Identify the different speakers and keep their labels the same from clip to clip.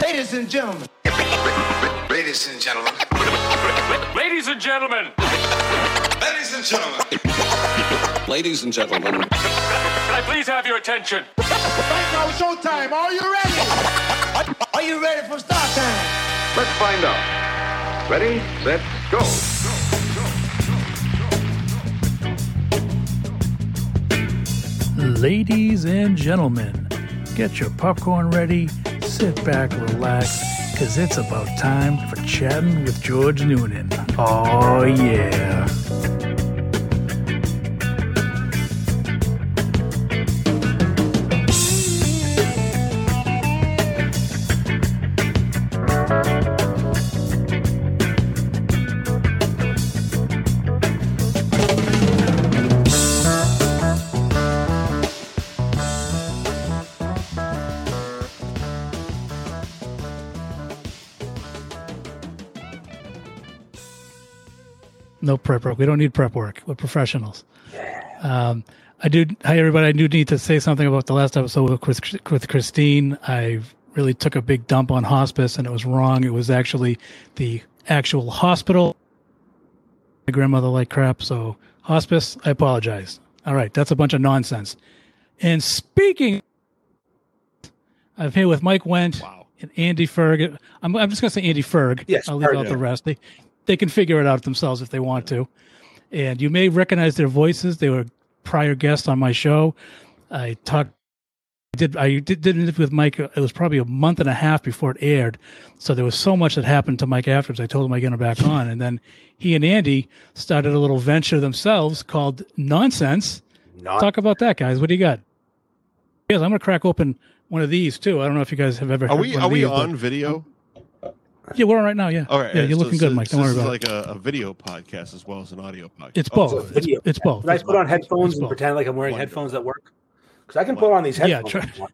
Speaker 1: Ladies and gentlemen.
Speaker 2: Ladies and gentlemen.
Speaker 3: Ladies and gentlemen,
Speaker 2: Ladies and gentlemen.
Speaker 4: Ladies and gentlemen,
Speaker 3: can I please have your attention?
Speaker 1: Right now, it's showtime. Are you ready? Are- Are you ready for start time?
Speaker 5: Let's find out. Ready, set, go.
Speaker 6: Ladies and gentlemen, get your popcorn ready, sit back, relax, because it's about time for chatting with George Noonan. Oh, yeah. No prep work. We don't need prep work. We're professionals. Um, I do. Hi, everybody. I do need to say something about the last episode with, Chris, with Christine. I really took a big dump on hospice, and it was wrong. It was actually the actual hospital. My grandmother liked crap, so hospice. I apologize. All right, that's a bunch of nonsense. And speaking, I'm here with Mike Wendt and Andy Ferg. I'm, I'm just going to say Andy Ferg.
Speaker 7: Yes,
Speaker 6: I'll leave out
Speaker 7: Ferg.
Speaker 6: the rest. They, they can figure it out themselves if they want to. And you may recognize their voices. They were prior guests on my show. I talked. I Did I did, did an interview with Mike? uh, It was probably a month and a half before it aired, so there was so much that happened to Mike afterwards. I told him I get him back on, and then he and Andy started a little venture themselves called Nonsense.
Speaker 7: Not
Speaker 6: Talk about that, guys. What do you got? Yes, I'm gonna crack open one of these too. I don't know if you guys have ever.
Speaker 8: Are
Speaker 6: heard
Speaker 8: we
Speaker 6: one
Speaker 8: are
Speaker 6: of
Speaker 8: we
Speaker 6: these, but-
Speaker 8: on video?
Speaker 6: Yeah, we're on right now. Yeah.
Speaker 8: All right.
Speaker 6: Yeah,
Speaker 8: yeah,
Speaker 6: you're
Speaker 8: so
Speaker 6: looking
Speaker 8: this
Speaker 6: good,
Speaker 8: is-
Speaker 6: Mike. Don't worry
Speaker 8: this
Speaker 6: about
Speaker 8: is
Speaker 6: it.
Speaker 8: like a, a video podcast as well as an audio podcast.
Speaker 6: It's
Speaker 8: Oh,
Speaker 6: both. It's,
Speaker 7: video.
Speaker 6: it's both.
Speaker 7: Should I
Speaker 6: It's
Speaker 7: put on
Speaker 6: both.
Speaker 7: headphones
Speaker 6: It's
Speaker 7: and
Speaker 6: both.
Speaker 7: pretend like I'm wearing
Speaker 8: Wonderful.
Speaker 7: headphones that work? Because I can put on these
Speaker 6: Yeah,
Speaker 7: headphones.
Speaker 6: try-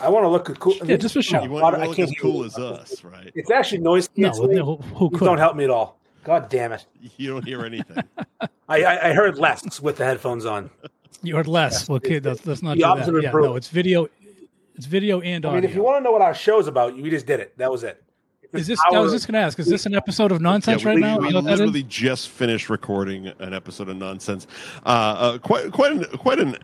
Speaker 7: I want to look cool.
Speaker 6: Yeah, just for show.
Speaker 8: You
Speaker 6: You
Speaker 8: want,
Speaker 7: God,
Speaker 8: you
Speaker 7: I
Speaker 8: want to
Speaker 7: can't
Speaker 8: look as
Speaker 7: hear
Speaker 8: cool
Speaker 7: you.
Speaker 8: as us, right?
Speaker 7: It's actually noise
Speaker 6: No,
Speaker 7: canceling.
Speaker 6: no, who
Speaker 7: These
Speaker 6: could?
Speaker 7: don't help me at all. God damn it!
Speaker 8: You don't hear anything.
Speaker 7: I I, I heard less with the headphones on.
Speaker 6: You're less. Well, okay, that's, that's not
Speaker 7: The
Speaker 6: do
Speaker 7: opposite
Speaker 6: that.
Speaker 7: of
Speaker 6: Yeah,
Speaker 7: proof.
Speaker 6: no, it's video. It's video and
Speaker 7: I
Speaker 6: audio.
Speaker 7: mean, if you want to know what our show's about, we just did it. That was it. If it's
Speaker 6: is this? I
Speaker 7: our-
Speaker 6: was just going to ask. Is this an episode of nonsense
Speaker 8: we,
Speaker 6: right
Speaker 8: we-
Speaker 6: now?
Speaker 8: we
Speaker 6: Is that what that is?
Speaker 8: literally just finished recording an episode of Nonsense. Uh, uh, quite quite an quite an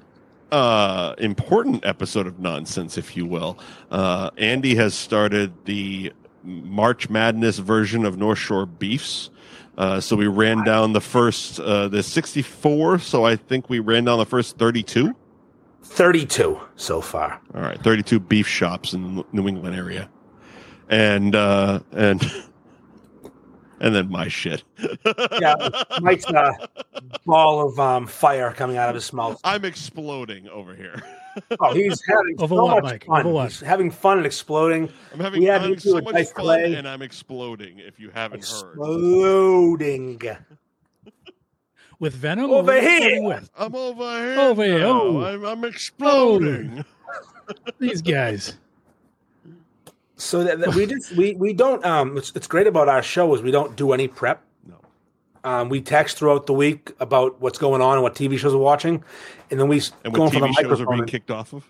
Speaker 8: uh, important episode of Nonsense, if you will. Uh, Andy has started the March Madness version of North Shore Beefs. Uh, so we ran down the first uh, the 64 so i think we ran down the first 32
Speaker 7: thirty-two so far.
Speaker 8: All right, 32 beef shops in the New England area, and uh, and and then my shit.
Speaker 7: Yeah, Mike's uh, ball of um, fire coming out of his mouth.
Speaker 8: I'm exploding over here.
Speaker 7: Oh, he's having
Speaker 6: Of
Speaker 7: so
Speaker 6: what,
Speaker 7: much
Speaker 6: Mike?
Speaker 7: fun.
Speaker 6: Of what?
Speaker 7: He's having fun and exploding.
Speaker 8: I'm having,
Speaker 7: We had
Speaker 8: I'm having
Speaker 7: to do
Speaker 8: so
Speaker 7: a
Speaker 8: much
Speaker 7: dice
Speaker 8: fun,
Speaker 7: play.
Speaker 8: and I'm exploding. If you haven't heard,
Speaker 7: Exploding.
Speaker 6: with Venom
Speaker 7: Over
Speaker 6: What are you
Speaker 7: here.
Speaker 6: with
Speaker 8: I'm over here.
Speaker 6: Over here,
Speaker 8: now.
Speaker 6: oh.
Speaker 8: I'm, I'm exploding.
Speaker 6: these guys.
Speaker 7: So that, that we just we we don't um it's, it's great about our show is we don't do any prep.
Speaker 8: No.
Speaker 7: Um, we text throughout the week about what's going on and what TV shows we're watching, and then we s-
Speaker 8: And
Speaker 7: go in
Speaker 8: what
Speaker 7: for the
Speaker 8: TV shows are
Speaker 7: microphone.
Speaker 8: being
Speaker 7: and-
Speaker 8: kicked off of?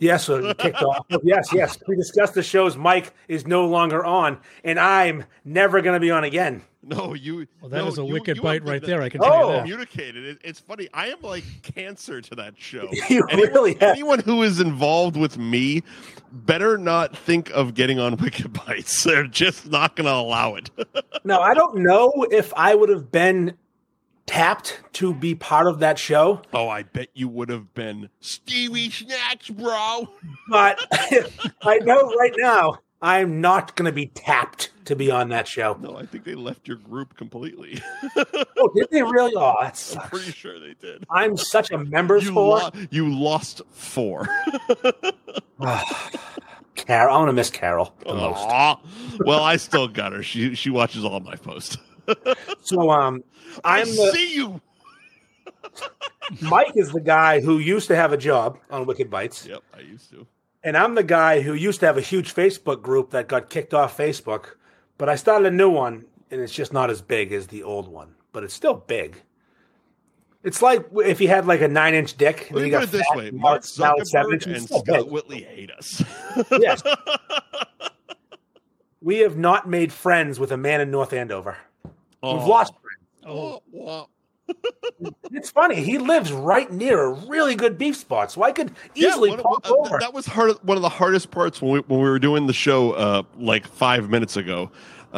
Speaker 7: yes, so we kicked off. Yes, yes. We discussed the shows Mike is no longer on, and I'm never going to be on again.
Speaker 8: No, you.
Speaker 6: Well, that
Speaker 8: no,
Speaker 6: is a
Speaker 8: you-
Speaker 6: wicked
Speaker 8: you
Speaker 6: bite
Speaker 8: have been
Speaker 6: right
Speaker 8: the-
Speaker 6: there, I can
Speaker 8: you
Speaker 7: tell you
Speaker 8: have
Speaker 7: that.
Speaker 8: Communicated. It, it's funny. I am like cancer to that show.
Speaker 7: You really have.
Speaker 8: Anyone who is involved with me better not think of getting on Wicked Bites. They're just not going to allow it.
Speaker 7: Now I don't know if I would have been tapped to be part of that show,
Speaker 8: oh, I bet you would have been Stevie Snacks, bro.
Speaker 7: but I know right now I'm not going to be tapped to be on that show.
Speaker 8: No, I think they left your group completely.
Speaker 7: Oh, did they really? Oh, that
Speaker 8: I'm
Speaker 7: sucks.
Speaker 8: pretty sure they did.
Speaker 7: I'm such a members
Speaker 8: You,
Speaker 7: for
Speaker 8: lo- you lost four.
Speaker 7: Carol. I'm gonna miss Carol
Speaker 8: Oh.
Speaker 7: the most.
Speaker 8: Aw. well, I still got her. She she watches all my posts.
Speaker 7: So um,
Speaker 8: I
Speaker 7: I'm the,
Speaker 8: see you.
Speaker 7: Mike is the guy who used to have a job on Wicked Bites,
Speaker 8: Yep, I used to.
Speaker 7: and I'm the guy who used to have a huge Facebook group that got kicked off Facebook, but I started a new one, and it's just not as big as the old one, but it's still big. It's like if you had like a nine inch dick.
Speaker 8: Let
Speaker 7: you
Speaker 8: me
Speaker 7: got
Speaker 8: put it this
Speaker 7: fat
Speaker 8: way:
Speaker 7: and
Speaker 8: Mark
Speaker 7: now it's seven
Speaker 8: Zuckerberg
Speaker 7: inches,
Speaker 8: and
Speaker 7: it's still
Speaker 8: Scott
Speaker 7: big.
Speaker 8: Whitley hate us.
Speaker 7: Yes. We have not made friends with a man in North Andover. We've lost friends.
Speaker 8: Oh, wow.
Speaker 7: It's funny. He lives right near a really good beef spot, so I could
Speaker 8: Yeah,
Speaker 7: easily
Speaker 8: one of-
Speaker 7: pop
Speaker 8: uh, th-
Speaker 7: over.
Speaker 8: That was hard, one of the hardest parts when we, when we were doing the show uh, like five minutes ago, uh,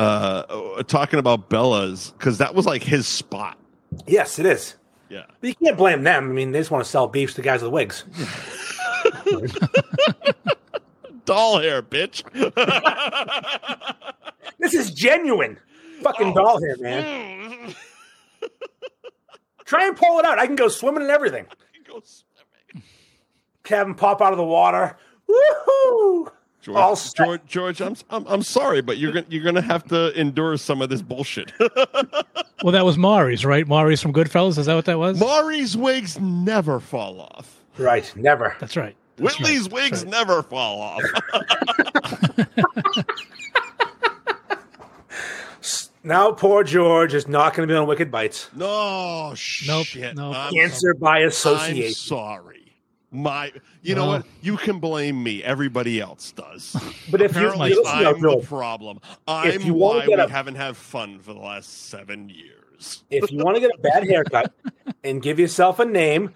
Speaker 8: uh, talking about Bella's, because that was like his spot.
Speaker 7: yes, it is.
Speaker 8: Yeah.
Speaker 7: But you can't blame them. I mean, they just want to sell beefs to guys with wigs.
Speaker 8: Doll hair, bitch.
Speaker 7: This is genuine. Fucking doll hair, man.
Speaker 8: Go
Speaker 7: Try and pull it out. I can go swimming and everything.
Speaker 8: swimming.
Speaker 7: Have him pop out of the water. Woohoo! All
Speaker 8: George,
Speaker 7: set.
Speaker 8: George, George, I'm, I'm I'm sorry, but you're gonna you're gonna have to endure some of this bullshit.
Speaker 6: Well, that was Maury's, right? Maury's from Goodfellas. Is that what that was?
Speaker 8: Maury's wigs never fall off.
Speaker 7: Right, never.
Speaker 6: That's right. That's
Speaker 8: Whitley's wigs never fall off.
Speaker 7: Now, poor George is not going to be on Wicked Bites.
Speaker 8: no shit.
Speaker 6: nope.
Speaker 8: I'm
Speaker 7: Cancer by
Speaker 8: I'm
Speaker 7: association.
Speaker 8: sorry. My, you know
Speaker 6: No.
Speaker 8: what? You can blame me. Everybody else does.
Speaker 7: But if you, you
Speaker 8: Apparently,
Speaker 7: listen to
Speaker 8: I'm the
Speaker 7: Bill,
Speaker 8: problem. I'm
Speaker 7: you wanna
Speaker 8: why we
Speaker 7: get a-
Speaker 8: haven't had fun for the last seven years.
Speaker 7: if you want to get a bad haircut and give yourself a name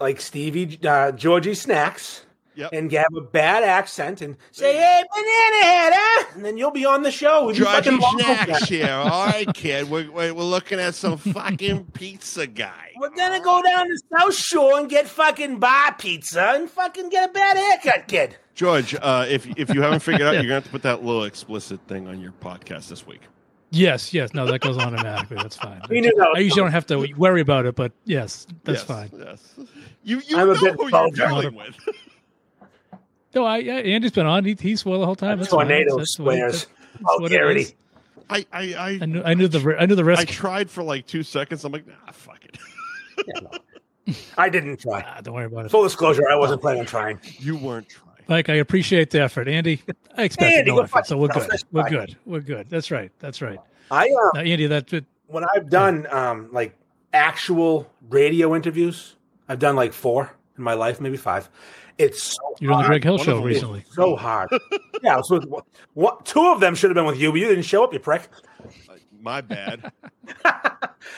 Speaker 7: like Stevie uh, Georgie Snacks
Speaker 8: Yep.
Speaker 7: and have a bad accent and say, hey, banana head, huh? And then you'll be on the show. with your fucking
Speaker 8: Georgie
Speaker 7: mom.
Speaker 8: Snacks here. All right, kid. We're, we're, we're looking at some fucking pizza guy.
Speaker 7: We're gonna go down to South Shore and get fucking bar pizza and fucking get a bad haircut, kid.
Speaker 8: George, uh, if, if you haven't figured out, you're going to have to put that little explicit thing on your podcast this week.
Speaker 6: Yes, yes. No, that goes automatically. That's fine.
Speaker 7: We knew that was
Speaker 6: I usually don't have to worry about it, but yes, that's
Speaker 8: Yes,
Speaker 6: fine.
Speaker 8: Yes. You, you
Speaker 7: I'm
Speaker 8: know
Speaker 7: a bit
Speaker 8: who you're
Speaker 7: vulgar.
Speaker 8: dealing with.
Speaker 6: No, I, yeah, Andy's been on. He, he's well the whole time. That's fine.
Speaker 7: tornado
Speaker 6: That's what it-
Speaker 7: squares.
Speaker 6: that's
Speaker 7: Oh,
Speaker 6: what it
Speaker 7: Garrity.
Speaker 6: is.
Speaker 8: I, I, I,
Speaker 6: I knew, I knew the ri- I knew the
Speaker 8: I
Speaker 6: risk.
Speaker 8: tried for like two seconds. I'm like, nah, fuck it.
Speaker 7: I didn't try.
Speaker 6: Ah, don't worry about it.
Speaker 7: Full disclosure, I wasn't planning on trying.
Speaker 8: You weren't trying.
Speaker 6: Mike, I appreciate the effort, Andy. I expected
Speaker 7: Andy,
Speaker 6: no
Speaker 7: go
Speaker 6: effort, so we're
Speaker 7: fuck
Speaker 6: good.
Speaker 7: yourself.
Speaker 6: We're
Speaker 7: That's
Speaker 6: good. We're good. That's right. That's right.
Speaker 7: I uh,
Speaker 6: Now, Andy, that that-
Speaker 7: when I've done um, like actual radio interviews, I've done like four in my life, maybe five. It's so
Speaker 6: you're on the
Speaker 7: hard.
Speaker 8: Uh,
Speaker 6: Greg Hill show
Speaker 8: wonderful.
Speaker 6: recently.
Speaker 7: It's so hard. yeah, so what? Two of them should have been with you, but you didn't show up, you prick.
Speaker 8: My bad.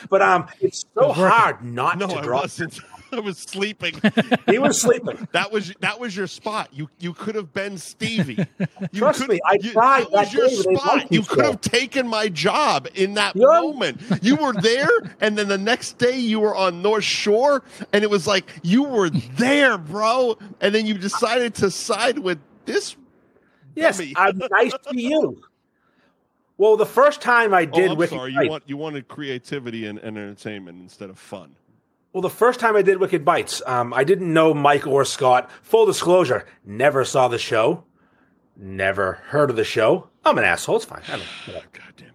Speaker 7: But um, it's so
Speaker 6: was working.
Speaker 7: hard not
Speaker 8: No,
Speaker 7: to
Speaker 8: I
Speaker 7: draw.
Speaker 8: wasn't. I was sleeping.
Speaker 7: He was sleeping.
Speaker 8: That was that was your spot. You you could have been Stevie. You
Speaker 7: Trust
Speaker 8: could-
Speaker 7: me, I
Speaker 8: you,
Speaker 7: tried
Speaker 8: That was
Speaker 7: that
Speaker 8: your
Speaker 7: day when they
Speaker 8: spot.
Speaker 7: liked
Speaker 8: You
Speaker 7: each
Speaker 8: could have
Speaker 7: other.
Speaker 8: taken my job in that
Speaker 7: Yeah.
Speaker 8: moment. You were there, and then the next day you were on North Shore, and it was like you were there, bro. And then you decided to side with this.
Speaker 7: Yes,
Speaker 8: Dummy.
Speaker 7: I'm nice to you. Well, the first time I
Speaker 8: Oh,
Speaker 7: did
Speaker 8: I'm
Speaker 7: Wicked
Speaker 8: sorry.
Speaker 7: Bites-
Speaker 8: You want you wanted creativity and, and entertainment instead of fun.
Speaker 7: Well, the first time I did Wicked Bites, um, I didn't know Mike or Scott. Full disclosure, never saw the show, never heard of the show. I'm an asshole. It's fine. I don't, whatever.
Speaker 8: God damn it.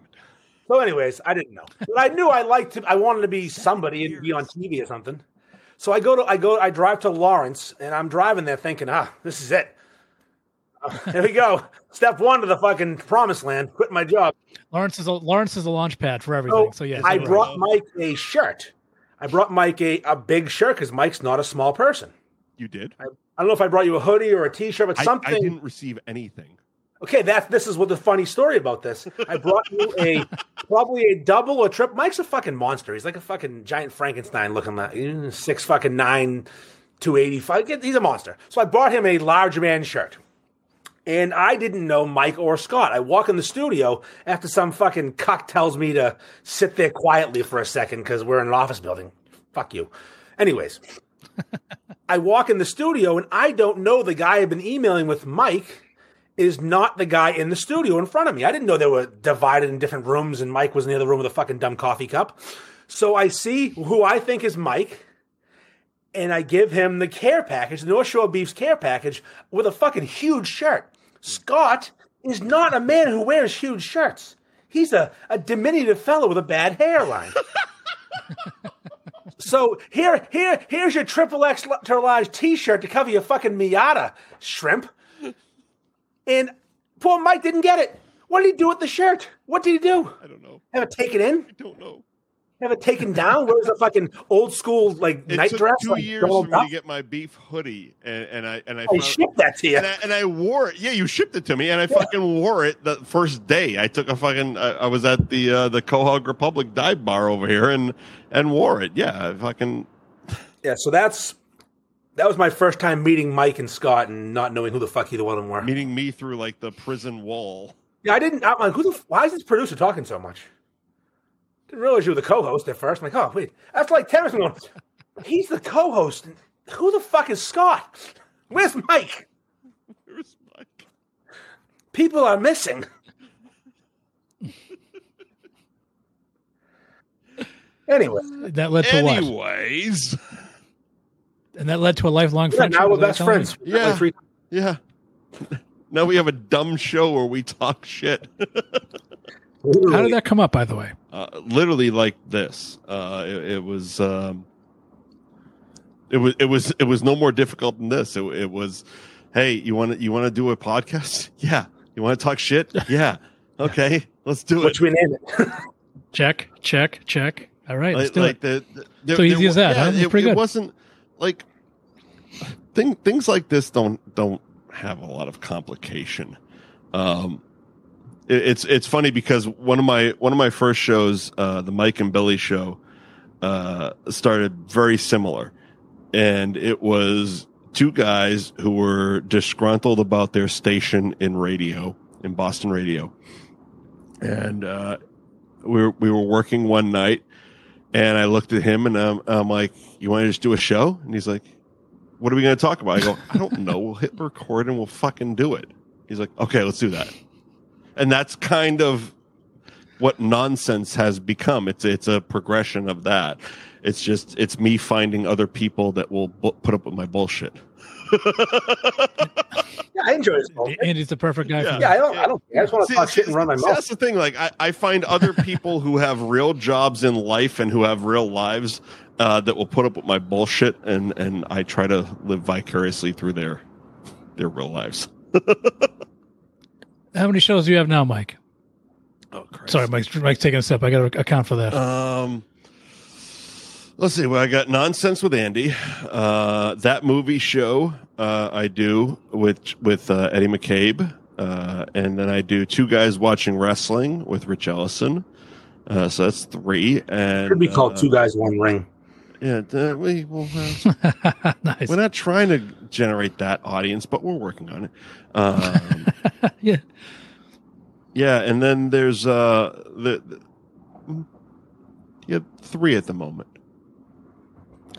Speaker 7: so, anyways, I didn't know, but I knew I liked to. I wanted to be somebody and be on TV or something. So I go to I go I drive to Lawrence and I'm driving there thinking, ah, this is it. Uh, here we go. Step one to the fucking promised land. Quit my job.
Speaker 6: Lawrence is a Lawrence is a launch pad for everything.
Speaker 7: So
Speaker 6: So, yes,
Speaker 7: Oh, I
Speaker 6: you're right.
Speaker 7: brought Mike a shirt. I brought Mike a, a big shirt because Mike's not a small person.
Speaker 8: You did.
Speaker 7: I don't know if I brought you a hoodie or a T-shirt, but
Speaker 8: I, I
Speaker 7: something.
Speaker 8: didn't receive anything.
Speaker 7: okay, that's this is what the funny story about this. I brought you a probably a double or triple. Mike's a fucking monster. He's like a fucking giant Frankenstein looking like mm, six fucking nine, two eighty five. He's a monster. So I bought him a large man shirt, and I didn't know Mike or Scott. I walk in the studio after some fucking cuck tells me to sit there quietly for a second because we're in an office building. Fuck you. Anyways. I walk in the studio and I don't know the guy I've been emailing with, Mike, is not the guy in the studio in front of me. I didn't know they were divided in different rooms and Mike was in the other room with a fucking dumb coffee cup. So I see who I think is Mike and I give him the care package, the North Shore Beef's care package with a fucking huge shirt. Scott is not a man who wears huge shirts. He's a, a diminutive fellow with a bad hairline. So here, here, here's your triple X to large T-shirt to cover your fucking Miata, shrimp. And poor Mike didn't get it. What did he do with the shirt? What did he do?
Speaker 8: I don't know.
Speaker 7: Have it taken in?
Speaker 8: I don't know.
Speaker 7: Never taken down. Where's the fucking old school like
Speaker 8: It
Speaker 7: night
Speaker 8: took
Speaker 7: dress?
Speaker 8: two
Speaker 7: like,
Speaker 8: years for
Speaker 7: Donald
Speaker 8: me
Speaker 7: Duck?
Speaker 8: to get my beef hoodie, and, and I and I,
Speaker 7: I
Speaker 8: found-
Speaker 7: shipped that to you.
Speaker 8: and I, and I wore it. Yeah, you shipped it to me, and I fucking wore it the first day. I took a fucking. I, I was at the uh, the Cohog Republic dive bar over here, and and wore it. Yeah, I fucking.
Speaker 7: yeah, so that's that was my first time meeting Mike and Scott and not knowing who the fuck either one of them were.
Speaker 8: Meeting me through like the prison wall.
Speaker 7: Yeah, I didn't. I'm like, who the? f- Why is this producer talking so much? Didn't realize you were the co-host at 1st I'm like, oh wait, that's like Terrence once. He's the co-host. Who the fuck is Scott? Where's Mike?
Speaker 8: Where's Mike?
Speaker 7: People are missing. anyway,
Speaker 6: That led to what?
Speaker 8: Anyways,
Speaker 6: And that led to a lifelong
Speaker 7: yeah,
Speaker 6: friendship.
Speaker 7: now we're
Speaker 6: is that
Speaker 7: best
Speaker 6: telling me?
Speaker 7: friends.
Speaker 8: Yeah.
Speaker 7: Like three-
Speaker 8: yeah. Now we have a dumb show where we talk shit.
Speaker 6: How did that come up, by the way?
Speaker 8: uh, literally like this. Uh, it, it was um, it was it was it was no more difficult than this. It, it was, hey, you want to you want to do a podcast? Yeah. You want to talk shit? Yeah. Okay, let's do it.
Speaker 7: Which we name it.
Speaker 6: Check, check, check. All right, let's
Speaker 8: Like,
Speaker 6: do
Speaker 8: like
Speaker 6: it.
Speaker 8: the, the- there-
Speaker 6: So easy
Speaker 8: there
Speaker 6: as
Speaker 8: wa-
Speaker 6: that, huh? That's
Speaker 8: It,
Speaker 6: pretty
Speaker 8: it
Speaker 6: good.
Speaker 8: wasn't like thing, things like this don't don't have a lot of complication. Um, it- it's it's funny because one of my one of my first shows, uh, the Mike and Billy show, uh, started very similar, and it was two guys who were disgruntled about their station in radio in Boston radio, and uh, we were, we were working one night, and I looked at him and I'm, I'm like, "You want to just do a show?" And he's like, "What are we going to talk about?" I go, "I don't know. We'll hit record and we'll fucking do it." He's like, "Okay, let's do that." And that's kind of what nonsense has become. It's it's a progression of that. It's just it's me finding other people that will bu- put up with my bullshit.
Speaker 7: yeah, I enjoy this. moment.
Speaker 6: Andy's the perfect guy.
Speaker 8: Yeah.
Speaker 7: Yeah,
Speaker 6: For that.
Speaker 7: I don't. I don't. care. I just want to
Speaker 8: See,
Speaker 7: talk
Speaker 8: see,
Speaker 7: shit and run my
Speaker 8: see,
Speaker 7: mouth.
Speaker 8: That's the thing. Like I, I find other people who have real jobs in life and who have real lives uh, that will put up with my bullshit, and and I try to live vicariously through their their real lives.
Speaker 6: How many shows do you have now, Mike?
Speaker 8: Oh, Christ.
Speaker 6: Sorry, Mike's, Mike's taking a step. I got to account for that.
Speaker 8: Um, let's see. Well, I got nonsense with Andy. Uh, that movie show uh, I do with with uh, Eddie McCabe, uh, and then I do two guys watching wrestling with Rich Ellison. Uh, so that's three. And
Speaker 7: Could be called
Speaker 8: uh,
Speaker 7: two guys, one ring.
Speaker 8: Yeah, uh, we well, uh,
Speaker 6: nice.
Speaker 8: we're not trying to generate that audience, but we're working on it. Um,
Speaker 6: Yeah.
Speaker 8: yeah, and then there's uh the, the yeah three at the moment.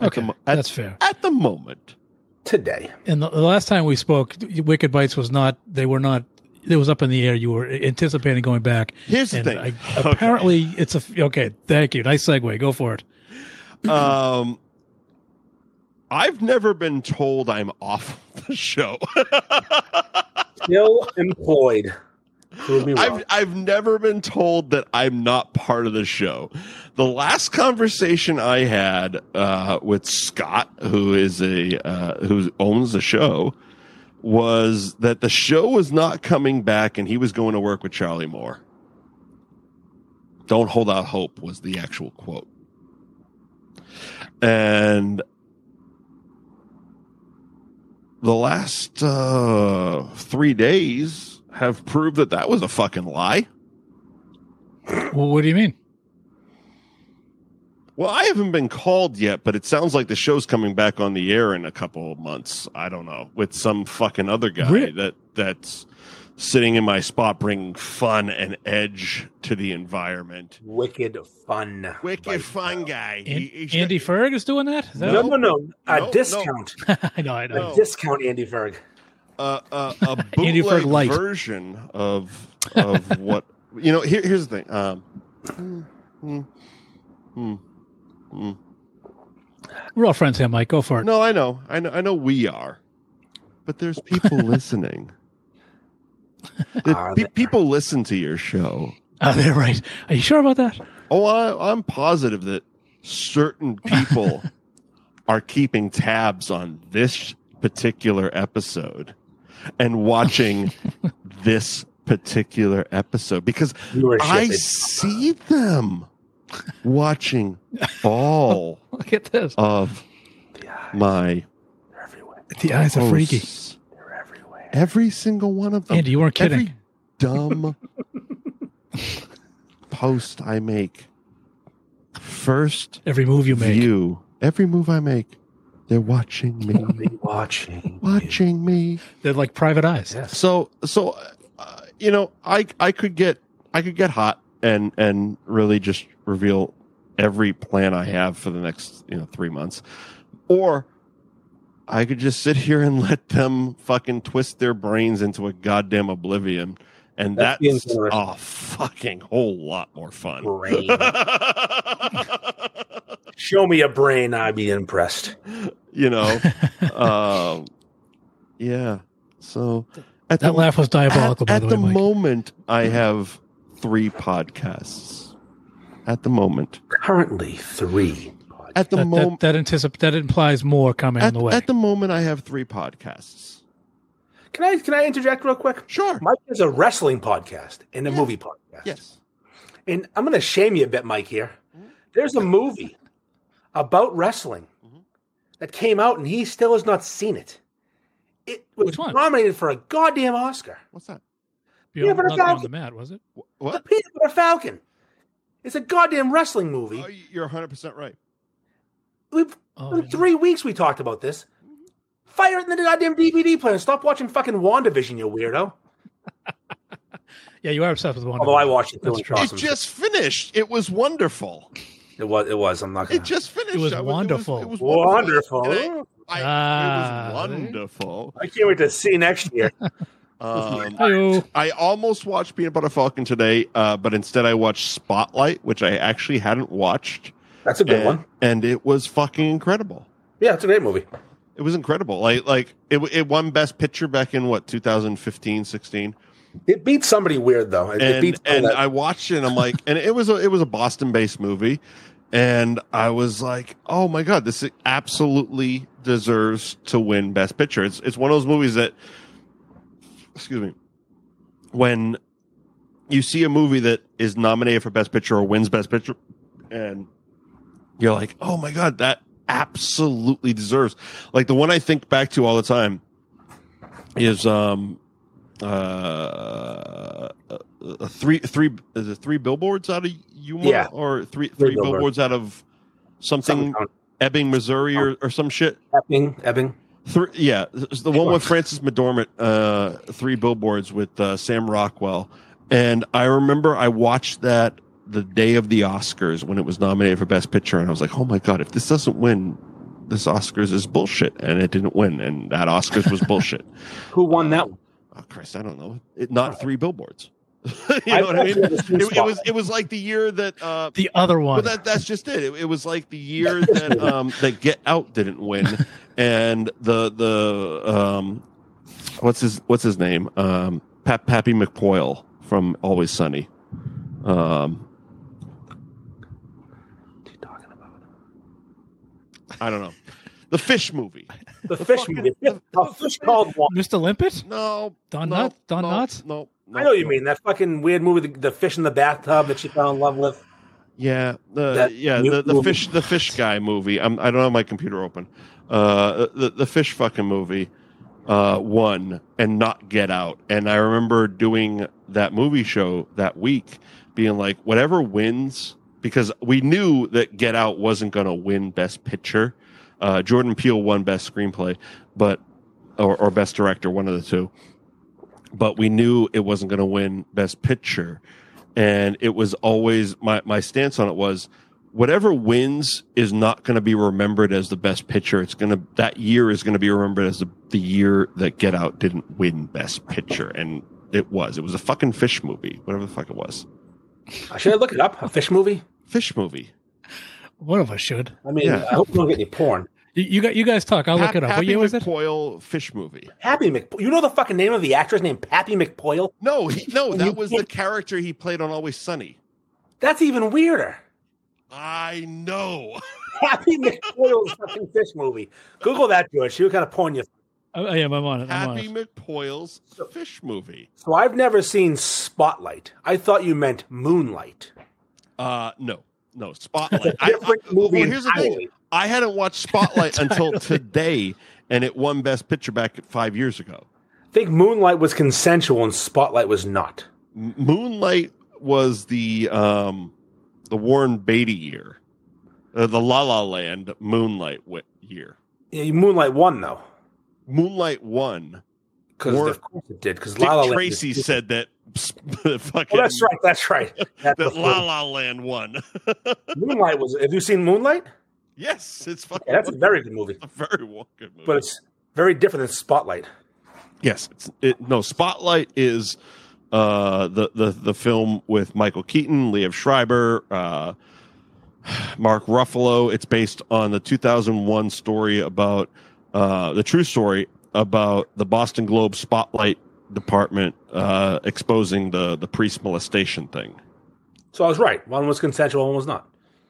Speaker 8: At the
Speaker 6: Okay,
Speaker 8: mo- at-
Speaker 6: that's fair.
Speaker 8: At the moment,
Speaker 7: Today,
Speaker 6: And the, the last time we spoke, Wicked Bites was not. They were not. It was up in the air. You were anticipating going back.
Speaker 8: here's the
Speaker 6: and
Speaker 8: thing.
Speaker 6: I,
Speaker 8: Okay.
Speaker 6: apparently, it's a okay. Thank you. Nice segue. Go for it.
Speaker 8: um, I've never been told I'm off the show.
Speaker 7: still employed. Prove me wrong.
Speaker 8: I've I've never been told that I'm not part of the show. The last conversation I had uh, with Scott, who is a uh, who owns the show, was that the show was not coming back, and he was going to work with Charlie Moore. Don't hold out hope was the actual quote, and the last uh, three days have proved that that was a fucking lie.
Speaker 6: Well, what do you mean?
Speaker 8: Well, I haven't been called yet, but it sounds like the show's coming back on the air in a couple of months. I don't know with some fucking other guy
Speaker 6: Really?
Speaker 8: that that's sitting in my spot, bringing fun and edge to the environment. uh,
Speaker 7: Wicked fun.
Speaker 8: Wicked
Speaker 7: Like-
Speaker 8: fun guy.
Speaker 6: An-
Speaker 8: He- he should-
Speaker 6: Andy Ferg is doing that. Is that
Speaker 7: No, no, no. A
Speaker 8: No, no.
Speaker 7: discount.
Speaker 6: I know. I know.
Speaker 8: No.
Speaker 7: A discount, Andy Ferg.
Speaker 8: uh, uh, a
Speaker 6: Andy Ferg
Speaker 8: bootleg
Speaker 6: light.
Speaker 8: version of of what you know. Here, here's the thing. Um, hmm, hmm, hmm.
Speaker 6: We're all friends here, Mike. Go for it.
Speaker 8: No, I know, I know, I know. We are, but there's people listening. The
Speaker 6: Ah,
Speaker 7: Are
Speaker 8: pe-
Speaker 7: there?
Speaker 8: people listen to your show.
Speaker 6: Oh, they're right. Are you sure about that?
Speaker 8: Oh, I, I'm positive that certain people are keeping tabs on this particular episode and watching this particular episode because
Speaker 7: You were
Speaker 8: I
Speaker 7: shipping.
Speaker 8: see them. watching all
Speaker 6: Look at this.
Speaker 8: of my
Speaker 6: The eyes are freaky.
Speaker 8: posts. Every single one of them.
Speaker 6: Andy, you weren't kidding.
Speaker 8: Every dumb post I make, first
Speaker 6: Every move you make.
Speaker 8: view, every move I make, they're watching me,
Speaker 7: Watching.
Speaker 8: watching me.
Speaker 6: They're like private eyes.
Speaker 7: Yes.
Speaker 8: So, so, uh, you know, I I could get I could get hot and and really just reveal every plan I have for the next you know three months, or I could just sit here and let them fucking twist their brains into a goddamn oblivion, and
Speaker 7: That's the
Speaker 8: that's
Speaker 7: interesting-
Speaker 8: a fucking whole lot more fun.
Speaker 7: Brain. Show me a brain, I'd be impressed.
Speaker 8: you know, um, yeah. So at
Speaker 6: That laugh was diabolical,
Speaker 8: at,
Speaker 6: by
Speaker 8: at
Speaker 6: the
Speaker 8: the,
Speaker 6: way, Mike.
Speaker 8: moment i have three podcasts at the moment
Speaker 7: Currently three.
Speaker 8: at the
Speaker 6: that,
Speaker 8: moment
Speaker 6: that, that, anticip- that implies more coming on
Speaker 8: at,
Speaker 6: the way.
Speaker 8: at the moment i have three podcasts
Speaker 7: Can I can I interject real quick?
Speaker 8: sure
Speaker 7: Mike is a wrestling podcast and a movie podcast.
Speaker 8: yes
Speaker 7: And I'm going to shame you a bit, Mike, here. There's a movie about wrestling
Speaker 8: Mm-hmm.
Speaker 7: that came out, and he still has not seen it. It was
Speaker 6: Which one?
Speaker 7: nominated for a goddamn Oscar.
Speaker 8: what's that
Speaker 6: Beyond,
Speaker 7: but
Speaker 6: not
Speaker 7: it's not-
Speaker 6: on the mat, was it?
Speaker 8: Wh-
Speaker 7: The
Speaker 8: what
Speaker 7: Peanut Butter Falcon. It's a goddamn wrestling movie.
Speaker 8: oh, you're 100% right
Speaker 7: We've,
Speaker 6: Oh,
Speaker 7: in
Speaker 6: yeah.
Speaker 7: three weeks we talked about this. Fire it in the goddamn DVD player and stop watching fucking WandaVision, you weirdo.
Speaker 6: Yeah, you are obsessed with one.
Speaker 7: Although I watched it,
Speaker 6: That's
Speaker 7: too,
Speaker 6: true.
Speaker 7: Awesome.
Speaker 8: it just finished it was wonderful
Speaker 7: It was. It was. I'm not
Speaker 8: it just finished
Speaker 6: It was
Speaker 8: I
Speaker 6: wonderful.
Speaker 8: it was,
Speaker 7: Wonderful.
Speaker 8: And I- I-
Speaker 6: Ah,
Speaker 8: it was wonderful
Speaker 7: I can't wait to see next year.
Speaker 8: um,
Speaker 6: Hi-yo.
Speaker 8: I almost watched Peanut Butter Falcon today, uh, but instead I watched Spotlight, which I actually hadn't watched,
Speaker 7: That's a good
Speaker 8: and,
Speaker 7: one.
Speaker 8: and it was fucking incredible.
Speaker 7: Yeah, it's a great movie.
Speaker 8: It was incredible. Like like it, it won Best Picture back in what 2015, 16,
Speaker 7: It beats somebody weird though. It, it
Speaker 8: and
Speaker 7: beats uh,
Speaker 8: and
Speaker 7: that-
Speaker 8: I watched it. and I'm like, and it was a it was a Boston based movie, and I was like, oh my god, this absolutely deserves to win Best Picture. It's it's one of those movies that, excuse me, when you see a movie that is nominated for Best Picture or wins Best Picture, and you're like, oh my god, that absolutely deserves. Like the one I think back to all the time is um uh uh, three three is it three billboards out of you
Speaker 7: Yeah.
Speaker 8: or three
Speaker 7: Three
Speaker 8: three
Speaker 7: billboards.
Speaker 8: billboards out of something
Speaker 7: Something- Oh.
Speaker 8: Ebbing, Missouri or, or some shit.
Speaker 7: Ebbing, Ebbing.
Speaker 8: Three, yeah, it's the one with Francis McDormand, uh, three billboards with uh, Sam Rockwell, and I remember I watched that the day of the Oscars when it was nominated for Best Picture, and I was like, oh my god, if this doesn't win, this Oscars is bullshit, and it didn't win, and that Oscars was bullshit.
Speaker 7: Who won that one?
Speaker 8: Oh Christ, I don't know. It, not three billboards. you
Speaker 7: I've
Speaker 8: know what I mean?
Speaker 7: actually never seen
Speaker 8: It, it was
Speaker 7: Spotlight.
Speaker 8: it was like the year that uh,
Speaker 6: The other
Speaker 8: well,
Speaker 6: one.
Speaker 8: that that's just it. it. It was like the year that um that Get Out didn't win, and the the um what's his what's his name um Pap, Pappy McPoyle from Always Sunny. Um,
Speaker 7: What are you talking about?
Speaker 8: I don't know the Fish movie.
Speaker 7: The fish movie. A fish called Wanda.
Speaker 6: Mr. Limpet?
Speaker 8: No,
Speaker 6: Don
Speaker 8: no,
Speaker 6: Knotts? Don
Speaker 8: no,
Speaker 6: Knotts?
Speaker 8: No, no,
Speaker 7: I know what you
Speaker 8: no.
Speaker 7: mean that fucking weird movie, the, the fish in the bathtub that she fell in love with.
Speaker 8: Yeah, the
Speaker 7: That
Speaker 8: yeah
Speaker 7: new
Speaker 8: the, the
Speaker 7: movie.
Speaker 8: fish the fish guy movie. I'm, I don't have my computer open. Uh, the the fish fucking movie, uh, won and not Get Out. And I remember doing that movie show that week, being like, whatever wins, because we knew that Get Out wasn't going to win Best Picture. Uh, Jordan Peele won Best Screenplay, but or, or Best Director, one of the two. But we knew it wasn't going to win Best Picture and it was always my my stance on it was whatever wins is not going to be remembered as the best picture it's going to that year is going to be remembered as the, the year that get out didn't win best picture and it was it was a fucking fish movie whatever the fuck it was
Speaker 7: Uh, Should I look it up? A fish movie?
Speaker 8: fish movie
Speaker 6: One of us should.
Speaker 7: I mean,
Speaker 8: Yeah.
Speaker 7: I hope you don't get any porn.
Speaker 6: You, you, got, you guys talk. I'll look
Speaker 8: Pap-
Speaker 6: it up. What
Speaker 8: Pappy
Speaker 6: year was it?
Speaker 8: McPoyle fish movie
Speaker 7: Pappy Mc. You know the fucking name of the actress named Pappy McPoyle?
Speaker 8: no he, no
Speaker 7: You
Speaker 8: that was the
Speaker 7: can't-
Speaker 8: character he played on always sunny
Speaker 7: That's even weirder.
Speaker 8: i know
Speaker 7: Happy McPoyle's fucking fish movie. Google that, George. See what kind of porn you.
Speaker 6: Oh, I am. I'm on it. I'm on
Speaker 8: happy
Speaker 6: it.
Speaker 8: mcpoyle's fish movie
Speaker 7: So I've never seen Spotlight. I thought you meant Moonlight.
Speaker 8: uh no no Spotlight. I,
Speaker 5: Different
Speaker 8: I-
Speaker 5: movie
Speaker 8: well, here's the
Speaker 5: entirely.
Speaker 8: thing: I hadn't watched Spotlight until today, and it won Best Picture back five years ago.
Speaker 7: I think Moonlight was consensual and Spotlight was not.
Speaker 8: M- Moonlight was the um, the Warren Beatty year, uh, the La La Land Moonlight wi- year.
Speaker 7: Yeah, Moonlight won though,
Speaker 8: Moonlight won.
Speaker 7: because
Speaker 8: Or-
Speaker 7: of course it did. Because
Speaker 8: Dick
Speaker 7: La La Land
Speaker 8: Tracy
Speaker 7: is-
Speaker 8: said that sp- fucking
Speaker 7: Oh, that's right. That's right. That's
Speaker 8: that
Speaker 7: the-
Speaker 8: La La Land won.
Speaker 7: Moonlight was. Have you seen Moonlight?
Speaker 8: yes, it's fucking.
Speaker 7: Yeah, that's a very good movie,
Speaker 8: a very wa- good movie.
Speaker 7: but it's very different than Spotlight.
Speaker 8: yes, it's, it, no Spotlight is uh, the the the film with Michael Keaton, Liev Schreiber, uh, Mark Ruffalo. It's based on the 2001 story about uh, the true story about the Boston Globe Spotlight department uh, exposing the the priest molestation thing.
Speaker 7: So I was right. One was consensual, one was not.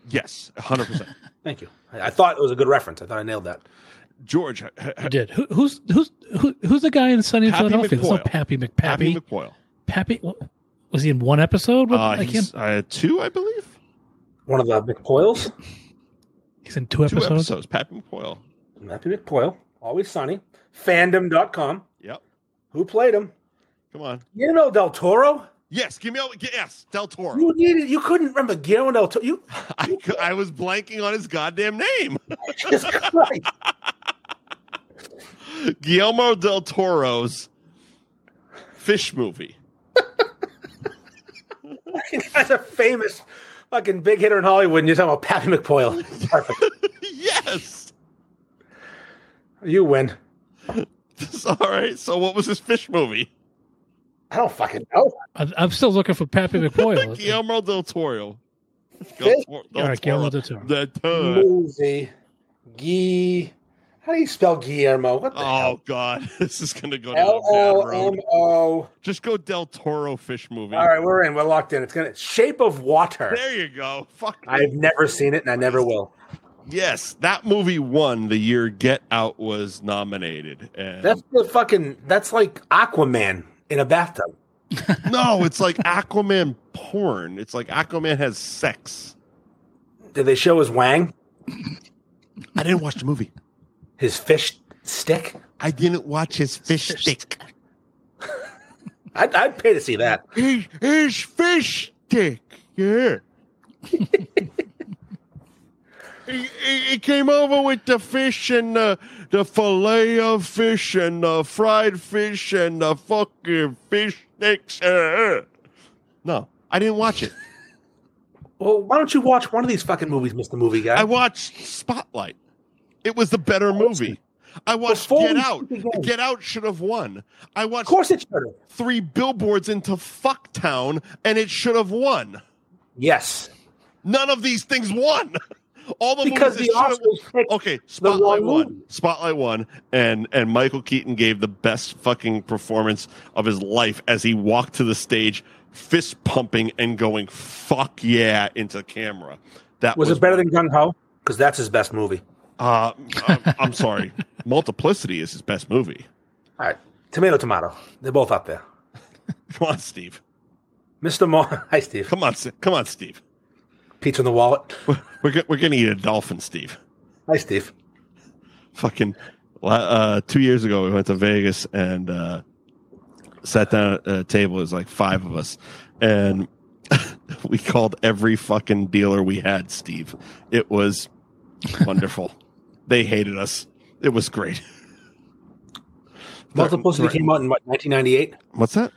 Speaker 8: Yes, 100. percent
Speaker 7: Thank you. I, I thought it was a good reference. I thought I nailed that.
Speaker 8: George, ha- ha-
Speaker 6: I did. Who, who's who's who, who's the guy in Sunny
Speaker 8: Pappy
Speaker 6: Philadelphia? It's not
Speaker 8: McCoy.
Speaker 6: Pappy
Speaker 8: Happy
Speaker 6: McPappy.
Speaker 8: McCoyle.
Speaker 6: Pappy. What, was he in one episode? What,
Speaker 8: Uh,
Speaker 6: I can't.
Speaker 8: he's uh, two, I believe.
Speaker 7: One of the McPoyles.
Speaker 6: He's in two episodes.
Speaker 8: Two episodes. Pappy McCoyle.
Speaker 7: Happy McPoyle. Always Sunny. Fandom.com.
Speaker 8: Yep.
Speaker 7: Who played him?
Speaker 8: Come on.
Speaker 7: Guillermo del Toro.
Speaker 8: Yes, give me all. g- Yes, Del Toro.
Speaker 7: You needed. You couldn't remember Guillermo del Toro. You
Speaker 8: I, cou- I was blanking on his goddamn name.
Speaker 7: Jesus Christ.
Speaker 8: Guillermo del Toro's fish movie.
Speaker 7: That's a famous fucking big hitter in Hollywood, and you're talking about Pappy McPoyle. Perfect.
Speaker 8: yes.
Speaker 7: you win.
Speaker 8: All right. So, what was his fish movie?
Speaker 7: I don't fucking know.
Speaker 6: I, I'm still looking for Pappy McCoy.
Speaker 8: Guillermo del Toro.
Speaker 7: Fish?
Speaker 8: Tor-
Speaker 6: All right, Guillermo del Toro.
Speaker 8: Del Toro.
Speaker 7: Movie. Gui. How do you spell Guillermo? What the
Speaker 8: Oh
Speaker 7: hell?
Speaker 8: God, this is gonna go down a
Speaker 7: L O
Speaker 8: bad
Speaker 7: M
Speaker 8: road.
Speaker 7: O.
Speaker 8: Just go Del Toro fish movie.
Speaker 7: All right, we're in. We're locked in. It's gonna Shape of Water.
Speaker 8: There you go. Fuck.
Speaker 7: I've never seen it, and I never will.
Speaker 8: Yes, that movie won the year Get Out was nominated. And
Speaker 7: That's the fucking. That's like Aquaman in a bathtub.
Speaker 8: no, it's like Aquaman porn. It's like Aquaman has sex.
Speaker 7: Did they show his wang?
Speaker 8: I didn't watch the movie.
Speaker 7: His fish stick?
Speaker 8: I didn't watch his fish stick.
Speaker 7: I'd, I'd pay to see that.
Speaker 8: His, his fish stick. Yeah. He, he- he came over with the fish and the, the fillet of fish and the fried fish and the fucking fish sticks. Uh, No, I didn't watch it.
Speaker 7: Well, why don't you watch one of these fucking movies, Mr. Movie Guy?
Speaker 8: I watched Spotlight. It was the better movie. I watched
Speaker 7: Before
Speaker 8: Get
Speaker 7: we
Speaker 8: Out.
Speaker 7: speak again.
Speaker 8: Get Out should have won. I watched
Speaker 7: of course it should have.
Speaker 8: three billboards into Fucktown, and it should have won.
Speaker 7: Yes.
Speaker 8: None of these things won. All the
Speaker 7: Because
Speaker 8: movies
Speaker 7: the
Speaker 8: that should
Speaker 7: Oscars picked
Speaker 8: okay.
Speaker 7: the wrong
Speaker 8: Spotlight won.
Speaker 7: movie.
Speaker 8: Spotlight won, and and Michael Keaton gave the best fucking performance of his life as he walked to the stage, fist pumping and going "fuck yeah" into camera. That
Speaker 7: Was
Speaker 8: was
Speaker 7: it better than Gung Ho? Because that's his best movie.
Speaker 8: Uh, I'm, I'm sorry. Multiplicity is his best movie.
Speaker 7: All right. Tomato, tomato. They're both up there.
Speaker 8: Come on, Steve.
Speaker 7: Mr. Mar. Hi, Steve.
Speaker 8: Come on, St- come on, Steve.
Speaker 7: Pizza in the wallet.
Speaker 8: We're we're, go- we're gonna eat a dolphin, Steve.
Speaker 7: Hi, Steve.
Speaker 8: Fucking la- uh, two years ago, we went to Vegas and uh, sat down at a table. It was like five of us, and we called every fucking dealer we had. Steve, it was wonderful. they hated us. It was great.
Speaker 7: Multiplicity came out in what, 1998?
Speaker 8: What's that?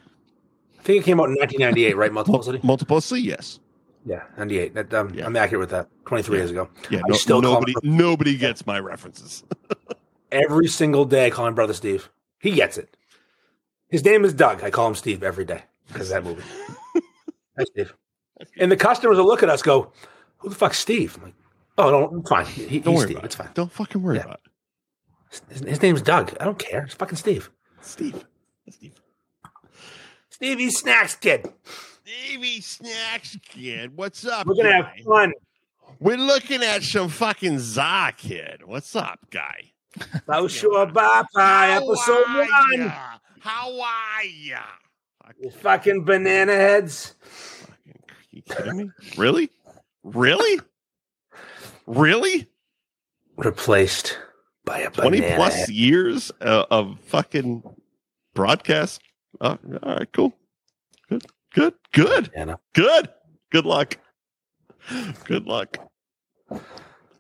Speaker 7: I think it came out in 1998, right? Multiplicity?
Speaker 8: Multiplicity? Yes.
Speaker 7: Yeah, 98. That, um,
Speaker 8: Yeah.
Speaker 7: I'm accurate with that. 23 years ago.
Speaker 8: Yeah.
Speaker 7: I
Speaker 8: No,
Speaker 7: still call
Speaker 8: nobody.
Speaker 7: him
Speaker 8: Nobody gets my references.
Speaker 7: every single day. I call him Brother Steve. He gets it. His name is Doug. I call him Steve every day because of that movie. Hi, Steve. And the customers will look at us, go, "Who the fuck's Steve?" I'm like, "Oh, no, it's fine. He,
Speaker 8: Don't
Speaker 7: he's
Speaker 8: worry
Speaker 7: Steve.
Speaker 8: about
Speaker 7: It's
Speaker 8: it.
Speaker 7: fine.
Speaker 8: Don't fucking worry
Speaker 7: Yeah.
Speaker 8: about it.
Speaker 7: His, his name's Doug. I don't care. It's fucking Steve.
Speaker 8: Steve. Steve.
Speaker 7: Stevie Snacks Kid.
Speaker 8: Stevie Snacks Kid. What's up?
Speaker 7: We're gonna have
Speaker 8: guy?
Speaker 7: fun.
Speaker 8: We're looking at some fucking Za Kid. What's up, guy?
Speaker 7: South Shore Bye Pie Oh, episode
Speaker 8: are
Speaker 7: one.
Speaker 8: ya? How are ya?
Speaker 7: You fucking banana heads.
Speaker 8: Fucking- you kidding me? really? Really? Really?
Speaker 7: Replaced by a
Speaker 8: 20
Speaker 7: banana.
Speaker 8: plus years uh, of fucking broadcast. Uh, all right, cool. Good, good, good,
Speaker 7: Banana.
Speaker 8: good. Good luck. Good luck.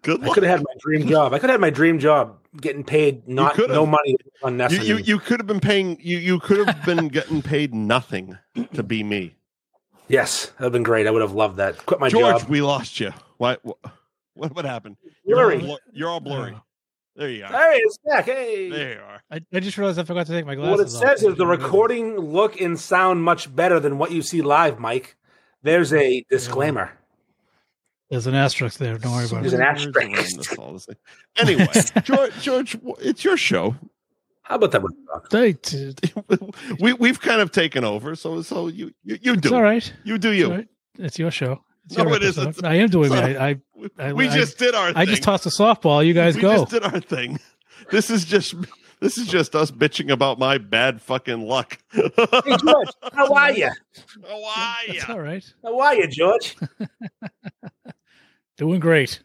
Speaker 8: Good
Speaker 7: I
Speaker 8: luck.
Speaker 7: could have had my dream job. I could have had my dream job getting paid not
Speaker 8: could've.
Speaker 7: no money on
Speaker 8: You,
Speaker 7: nothing.
Speaker 8: you, you could have been paying, you, you could have been getting paid nothing to be me.
Speaker 7: yes, that'd been great. I would have loved that. Quit my
Speaker 8: George,
Speaker 7: job.
Speaker 8: we lost you. Why? What, what, what happened? You're all,
Speaker 7: Blurry.
Speaker 8: blur- you're all blurry.
Speaker 6: Oh.
Speaker 8: There you are.
Speaker 7: There he is back. Hey.
Speaker 8: There you are.
Speaker 6: I, I just realized I forgot to take my glasses
Speaker 7: What it says
Speaker 6: off.
Speaker 7: is the recording look and sound much better than what you see live, Mike. There's a disclaimer.
Speaker 6: There's an asterisk there. Don't worry about
Speaker 7: There's
Speaker 6: it.
Speaker 7: an
Speaker 8: Words
Speaker 7: asterisk.
Speaker 8: around this all the same. Anyway, George, George, w- it's your show.
Speaker 7: How about that one? Doc?
Speaker 6: They- t-
Speaker 8: we we've kind of taken over, so so you you, you
Speaker 6: It's
Speaker 8: do
Speaker 6: all right.
Speaker 8: you do
Speaker 6: It's,
Speaker 8: you.
Speaker 6: all right. It's your show. It's
Speaker 8: No,
Speaker 6: your
Speaker 8: it isn't.
Speaker 6: episode. I am doing
Speaker 8: It's
Speaker 6: it.
Speaker 8: not-
Speaker 6: I, I,
Speaker 8: We,
Speaker 6: I-
Speaker 8: we
Speaker 6: I-
Speaker 8: just did our.
Speaker 6: I
Speaker 8: thing.
Speaker 6: just tossed a softball. You guys
Speaker 8: we
Speaker 6: go.
Speaker 8: just did our thing. This is just this is just us bitching about my bad fucking luck.
Speaker 7: Hey, George, how are you?
Speaker 8: Why?
Speaker 6: It's all right.
Speaker 7: How are you, George?
Speaker 6: Doing great.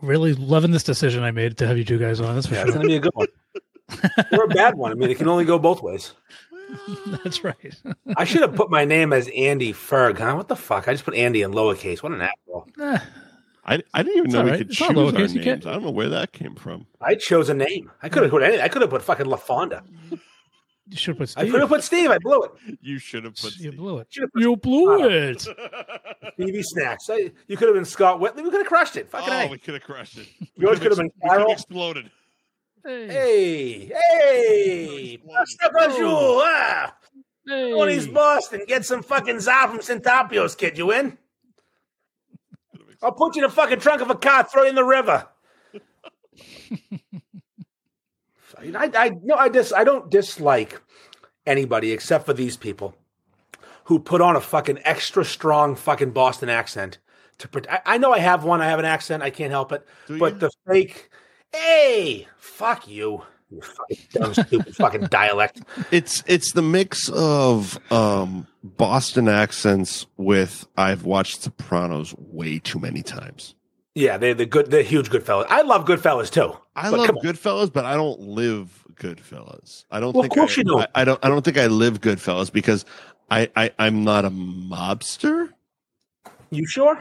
Speaker 6: Really loving this decision I made to have you two guys on. That's for
Speaker 7: Yeah, it's
Speaker 6: sure.
Speaker 7: going to be a good one. or a bad one. I mean, it can only go both ways.
Speaker 6: That's right.
Speaker 7: I should have put my name as Andy Ferg, huh? What the fuck? I just put Andy in lowercase. What an asshole.
Speaker 6: Eh,
Speaker 8: I, I didn't even
Speaker 6: It's
Speaker 8: know
Speaker 6: all
Speaker 8: we
Speaker 6: right.
Speaker 8: could
Speaker 6: It's
Speaker 8: choose
Speaker 6: all
Speaker 8: our
Speaker 6: lowercase.
Speaker 8: names.
Speaker 6: You can't-
Speaker 8: I don't know where that came from.
Speaker 7: I chose a name. I could have put any. I could have put fucking LaFonda.
Speaker 6: you should put
Speaker 7: I
Speaker 6: Steve.
Speaker 7: could have put Steve. I blew it.
Speaker 8: You should have put.
Speaker 6: you blew it.
Speaker 7: Should have put
Speaker 6: You blew it.
Speaker 7: TV Snacks. I, you could have been Scott Whitley. We could have crushed it. Fucking
Speaker 8: Oh,
Speaker 7: A.
Speaker 8: we could have crushed it. We
Speaker 7: George could have been
Speaker 8: ex- we could have
Speaker 7: Carol.
Speaker 8: exploded.
Speaker 6: Hey,
Speaker 7: Hey, hey,
Speaker 8: Exploded.
Speaker 7: Pasta Bonjour. Ah,
Speaker 6: hey.
Speaker 7: Tony's Boston. Get some fucking za from Centopio's kid. You in? I'll put you in the fucking trunk of a car, throw you in the river. I, I no, I dis, I don't dislike anybody except for these people who put on a fucking extra strong fucking Boston accent to protect. I, I know I have one. I have an accent. I can't help it.
Speaker 8: Do
Speaker 7: but
Speaker 8: you?
Speaker 7: the fake, hey, fuck you, you fucking dumb, stupid fucking dialect.
Speaker 8: It's it's the mix of um, Boston accents with I've watched Sopranos way too many times.
Speaker 7: Yeah, they're the good, they're huge Goodfellas. I love Goodfellas too.
Speaker 8: I
Speaker 7: But
Speaker 8: love
Speaker 7: come on.
Speaker 8: Goodfellas, but I don't live Goodfellas. I don't
Speaker 7: Well, of
Speaker 8: think
Speaker 7: course
Speaker 8: I,
Speaker 7: you don't.
Speaker 8: I, I don't I don't think I live Goodfellas because I, I I'm not a mobster.
Speaker 7: You sure?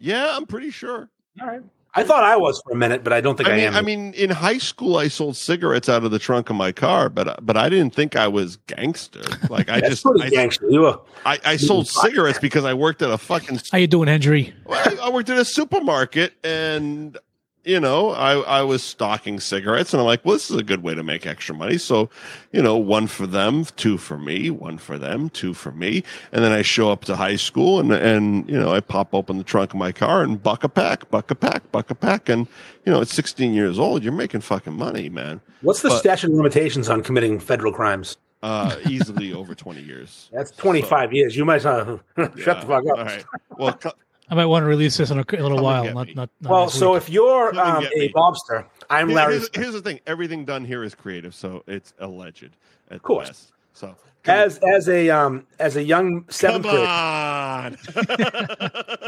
Speaker 8: Yeah, I'm pretty sure.
Speaker 7: All right. I thought I was for a minute, but I don't think I,
Speaker 8: I mean,
Speaker 7: am.
Speaker 8: I mean, in high school, I sold cigarettes out of the trunk of my car, but but I didn't think I was gangster. Like I
Speaker 7: That's
Speaker 8: just
Speaker 7: pretty
Speaker 8: I,
Speaker 7: gangster. You uh, were,
Speaker 8: I, I sold cigarettes because I worked at a fucking
Speaker 6: How you doing, Hendry?
Speaker 8: Well, I, I worked at a supermarket and you know, I, I was stocking cigarettes and I'm like, well, this is a good way to make extra money. So, you know, one for them, two for me, one for them, two for me. And then I show up to high school and, and, you know, I pop open the trunk of my car and buck a pack, buck a pack, buck a pack. And, you know, at 16 years old, you're making fucking money, man.
Speaker 7: what's the
Speaker 8: But-
Speaker 7: statute of limitations on committing federal crimes?
Speaker 8: Uh, easily over 20 years.
Speaker 7: That's 25 years. You might as well shut the fuck
Speaker 8: Yeah.
Speaker 7: up.
Speaker 8: All right. Well, co-
Speaker 6: I might want to release this in a, a little
Speaker 8: and
Speaker 6: while.
Speaker 8: get
Speaker 6: Not,
Speaker 8: me.
Speaker 6: not, not
Speaker 7: Well,
Speaker 6: next
Speaker 7: so
Speaker 6: week.
Speaker 7: if you're
Speaker 8: Come and
Speaker 7: um,
Speaker 8: get
Speaker 7: a
Speaker 8: me.
Speaker 7: bobster, I'm Larry.
Speaker 8: here's, here's the thing everything done here is creative. So it's alleged. Of
Speaker 7: course.
Speaker 8: So. come
Speaker 7: As as a um as a young seventh
Speaker 8: Come
Speaker 7: grader,
Speaker 8: on.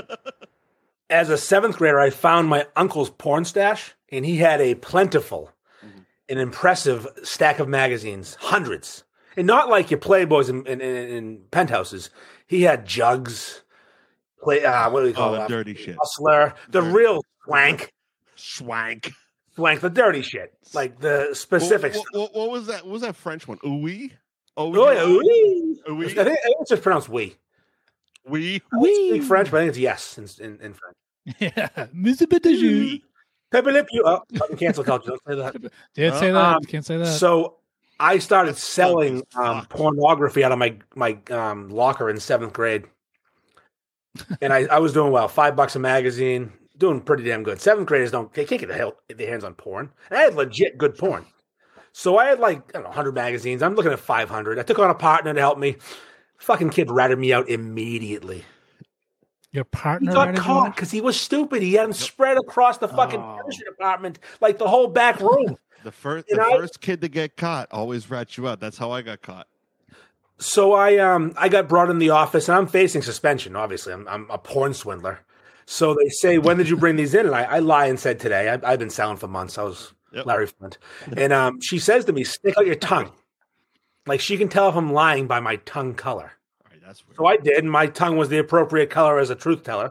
Speaker 7: as a seventh grader, I found my uncle's porn stash, and he had a plentiful, an impressive stack of magazines, hundreds, and not like your Playboys and, and, and, and penthouses. He had jugs, play. Uh, what do we
Speaker 8: oh,
Speaker 7: call
Speaker 8: the
Speaker 7: it?
Speaker 8: dirty shit.
Speaker 7: Hustler, the
Speaker 8: Dirty.
Speaker 7: real swank,
Speaker 8: Swank.
Speaker 7: swank, the dirty shit, like the specifics.
Speaker 8: What, what, what was that? What was that French one? Oui.
Speaker 7: Oh, yeah, oui. I
Speaker 8: Oui.
Speaker 7: think, I think it's just pronounced "we."
Speaker 8: Oui.
Speaker 7: I speak French, but I think it's yes in, in, in French.
Speaker 6: yeah, Monsieur Bidajou.
Speaker 7: Pepe Le Pew. Oh, fucking cancel culture. Don't say that.
Speaker 6: Did say that?
Speaker 7: Um,
Speaker 6: Can't say that.
Speaker 7: So I started
Speaker 8: That's fucked
Speaker 7: selling
Speaker 8: as
Speaker 7: um,
Speaker 8: fuck.
Speaker 7: pornography out of my my um, locker in seventh grade, and I, I was doing well. Five bucks a magazine, doing pretty damn good. Seventh graders don't they can't get their, hel- their hands on porn. And I had legit good porn. So I had like I don't know, 100 magazines. I'm looking at 500. I took on a partner to help me. Fucking kid ratted me out immediately.
Speaker 6: Your
Speaker 7: He
Speaker 6: partner
Speaker 7: got
Speaker 6: ratted you
Speaker 7: caught
Speaker 6: out?
Speaker 7: because he was stupid. He had him spread across the fucking furniture department, like the whole back room.
Speaker 8: The first,
Speaker 7: And
Speaker 8: the
Speaker 7: I-
Speaker 8: first kid to get caught always rats you out. That's how I got caught.
Speaker 7: So I um I got brought in the office and I'm facing suspension. Obviously, I'm I'm a porn swindler. So they say, when did you bring these in? And I, I lie and said today. I, I've been selling for months. I was
Speaker 8: Yep.
Speaker 7: Larry Flint, and um, she says to me, "Stick out your tongue." Like she can tell if I'm lying by my tongue color.
Speaker 8: All right, that's weird.
Speaker 7: So I did, and my tongue was the appropriate color as a truth teller.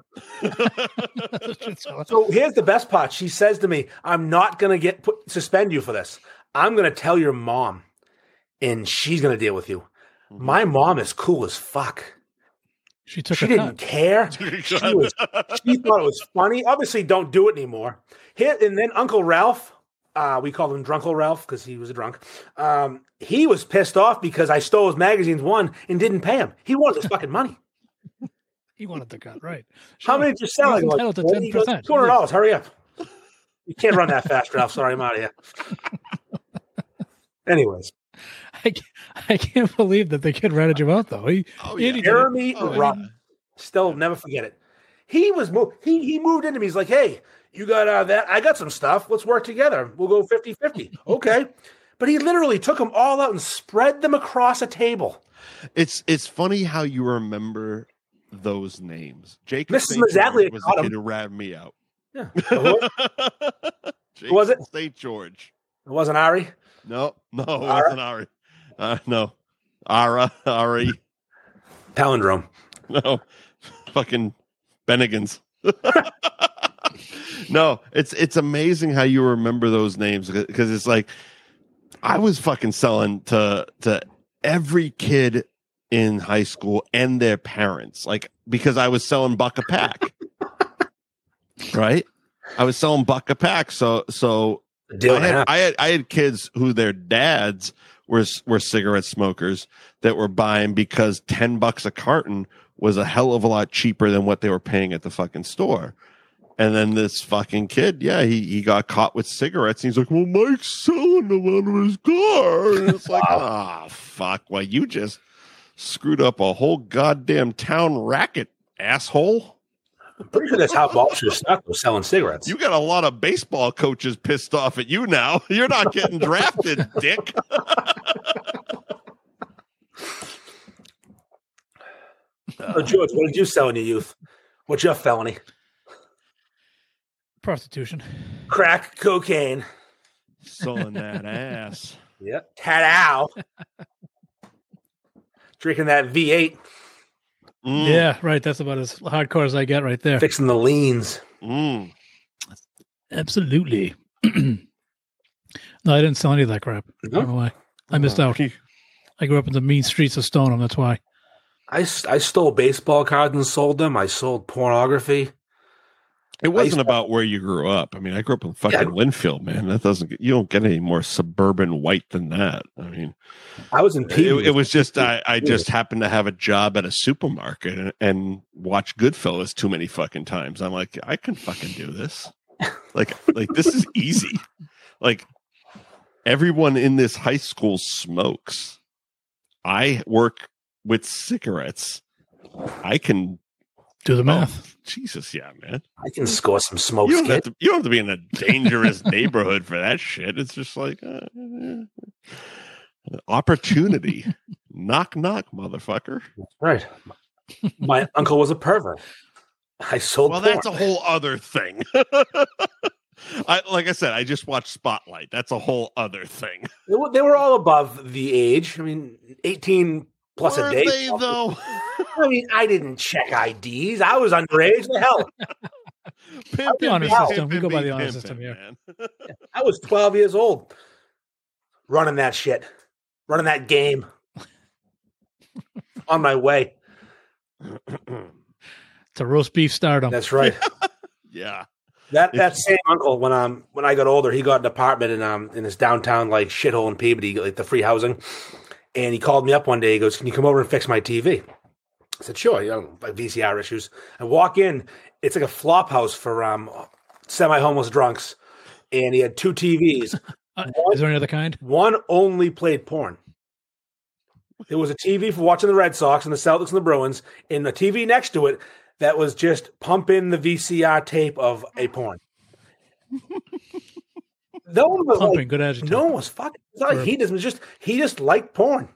Speaker 7: So here's the best part. She says to me, "I'm not gonna get put, suspend you for this. I'm gonna tell your mom, and she's gonna deal with you." My mom is cool as fuck.
Speaker 6: she took
Speaker 7: She
Speaker 6: a
Speaker 7: didn't
Speaker 6: cut.
Speaker 7: care. She,
Speaker 8: Cut.
Speaker 7: was, she thought it was funny. Obviously, don't do it anymore. Here and then Uncle Ralph, uh, we called him Drunkle Ralph because he was a drunk. Um, he was pissed off because I stole his magazines one and didn't pay him. He wanted his fucking money.
Speaker 6: He wanted the cut, right?
Speaker 7: How
Speaker 6: Sure.
Speaker 7: many did you sell?
Speaker 6: He's entitled to ten percent.
Speaker 7: Two hundred dollars. Hurry up! You can't run that fast, Ralph. Sorry, I'm out of here. Anyways,
Speaker 6: I, can't- I can't believe that the kid ratted you out though. He,
Speaker 8: Oh,
Speaker 6: he
Speaker 8: yeah.
Speaker 6: didn't-
Speaker 7: Jeremy
Speaker 8: Oh,
Speaker 7: Rotten. Still, never forget it. He was mo- he he moved into me. He's like, hey, you got uh, that? I got some stuff. Let's work together. We'll go 50-50. okay. But he literally took them all out and spread them across a table.
Speaker 8: It's it's funny how you remember those names. Jake
Speaker 7: Mrs. Mazzaglia
Speaker 8: was
Speaker 7: caught
Speaker 8: the
Speaker 7: him.
Speaker 8: kid who ratted me out.
Speaker 7: Yeah. It
Speaker 8: Jake
Speaker 7: Was it?
Speaker 8: St. George?
Speaker 7: wasn't Ari.
Speaker 8: No, no, it
Speaker 7: Ara?
Speaker 8: wasn't Ari. Uh, no, Ara, Ari,
Speaker 7: Palindrome.
Speaker 8: no, fucking Bennigan's. no, it's it's amazing how you remember those names because it's like I was fucking selling to to every kid in high school and their parents, like because I was selling buck a pack, right? I was selling buck a pack, so so
Speaker 7: A deal
Speaker 8: I
Speaker 7: and a
Speaker 8: had,
Speaker 7: half.
Speaker 8: I had I had kids who their dads were were cigarette smokers that were buying because ten bucks a carton was a hell of a lot cheaper than what they were paying at the fucking store. And then this fucking kid, yeah, he, he got caught with cigarettes. And he's like, "Well, Mike's selling them out of his car." And it's like, ah, fuck. Well, you just screwed up a whole goddamn town racket, asshole.
Speaker 7: I'm pretty sure that's how Balcher stuck was selling cigarettes.
Speaker 8: You got a lot of baseball coaches pissed off at you now. You're not getting drafted, dick.
Speaker 7: oh, George, what did you sell in your youth? What's your felony?
Speaker 6: prostitution.
Speaker 7: Crack, cocaine.
Speaker 8: Selling that ass.
Speaker 7: Yep. Tat Drinking that V8,
Speaker 8: Mm,
Speaker 6: Yeah, right. That's about as hardcore as I get right there.
Speaker 7: fixing the leans.
Speaker 8: mm.
Speaker 6: Absolutely. no, I didn't sell any of that crap. I don't know why. I missed out. I grew up in the mean streets of Stoneham. That's why.
Speaker 7: I, s- I stole baseball cards and sold them. I sold pornography.
Speaker 8: It
Speaker 7: used to-
Speaker 8: wasn't about where you grew up. I mean, I grew up in fucking
Speaker 7: Yeah.
Speaker 8: Winfield, man. That doesn't get, you don't get any more suburban white than that. I mean,
Speaker 7: I was in
Speaker 8: it,
Speaker 7: Peabody.
Speaker 8: it was just I, I just happened to have a job at a supermarket and, and watch Goodfellas too many fucking times. I'm like, I can fucking do this. Like, like this is easy. Like everyone in this high school smokes. I work with cigarettes. I can
Speaker 6: Do the math.
Speaker 8: Oh, Jesus, yeah, man.
Speaker 7: I can score some smokes.
Speaker 8: You don't, have
Speaker 7: kid.
Speaker 8: to, you don't have to be in a dangerous neighborhood for that shit. It's just like uh, uh, opportunity. knock, knock, motherfucker.
Speaker 7: Right. My uncle was a pervert. I sold.
Speaker 8: Well,
Speaker 7: porn.
Speaker 8: that's a whole other thing. I, like I said, I just watched Spotlight. That's a whole other thing.
Speaker 7: They were, they were all above the age. I mean, eighteen plus
Speaker 8: Were
Speaker 7: a day.
Speaker 8: they though?
Speaker 7: I mean, I didn't check IDs. I was underage. The hell,
Speaker 8: Pimpin'
Speaker 6: The honor
Speaker 8: be
Speaker 6: system. We
Speaker 8: pimpin'
Speaker 6: go by
Speaker 8: be
Speaker 6: the honor
Speaker 8: pimpin',
Speaker 6: system here.
Speaker 8: man.
Speaker 7: I was twelve years old, running that shit, running that game. On my way.
Speaker 6: To roast beef stardom.
Speaker 7: That's right.
Speaker 8: Yeah.
Speaker 7: That that same uncle when um when I got older, he got an apartment in um in this downtown like shithole in Peabody, like the free housing. And he called me up one day. He goes, "Can you come over and fix my TV?" I said, "Sure." You know, like VCR issues. I walk in. It's like a flop house for um semi homeless drunks. And he had two TVs.
Speaker 6: Uh, is there any other kind?
Speaker 7: One only played porn. There was a TV for watching the Red Sox and the Celtics and the Bruins, and the TV next to it that was just pumping the VCR tape of a porn. no one was
Speaker 6: Pumping.
Speaker 7: like,
Speaker 6: Good adjective.
Speaker 7: no one was fucking. It's not like he doesn't just he just liked porn.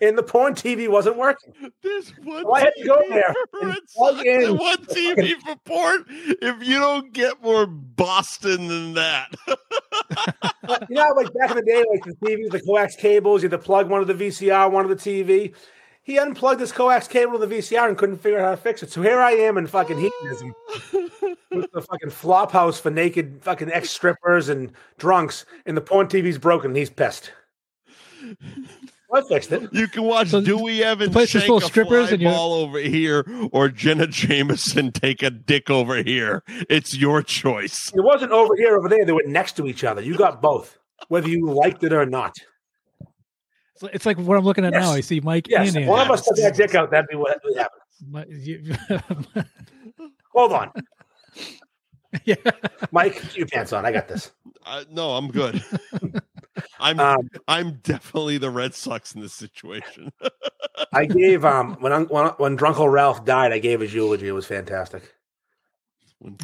Speaker 7: and the porn TV wasn't working.
Speaker 8: There's one
Speaker 7: Why Oh, had to go there?
Speaker 8: for
Speaker 7: And
Speaker 8: it
Speaker 7: plug
Speaker 8: sucks.
Speaker 7: in.
Speaker 8: One TV for porn. If you don't get more Boston than that,
Speaker 7: You know, how, like back in the day, like the TVs, the coax cables, you had to plug one of the VCR, one of the TV. He unplugged his coax cable to the VCR and couldn't figure out how to fix it. So here I am in fucking hedonism with the fucking flop house for naked fucking ex strippers and drunks, and the porn TV's broken. And he's pissed. Well, I fixed it.
Speaker 8: you can watch
Speaker 6: So
Speaker 8: Dewey Evans
Speaker 6: place is
Speaker 8: shake
Speaker 6: full
Speaker 8: a
Speaker 6: of strippers
Speaker 8: fly
Speaker 6: and you-
Speaker 8: ball over here, or Jenna Jameson take a dick over here. It's your choice.
Speaker 7: It wasn't over here, over there. They were next to each other. You got both, whether you liked it or not.
Speaker 6: It's like- It's like what I'm looking at
Speaker 7: Yes.
Speaker 6: now. I see Mike
Speaker 7: Yes,
Speaker 6: and
Speaker 7: if one of
Speaker 6: Andy.
Speaker 7: us took that dick out. That'd be what would happen.
Speaker 6: My- you-
Speaker 7: Hold on,
Speaker 6: yeah.
Speaker 7: Mike. Get your pants on. I got this.
Speaker 8: Uh, no, I'm good. I'm
Speaker 7: Um,
Speaker 8: I'm definitely the Red Sox in this situation.
Speaker 7: I gave um when un- when when Drunkle Ralph died, I gave his eulogy. It was fantastic.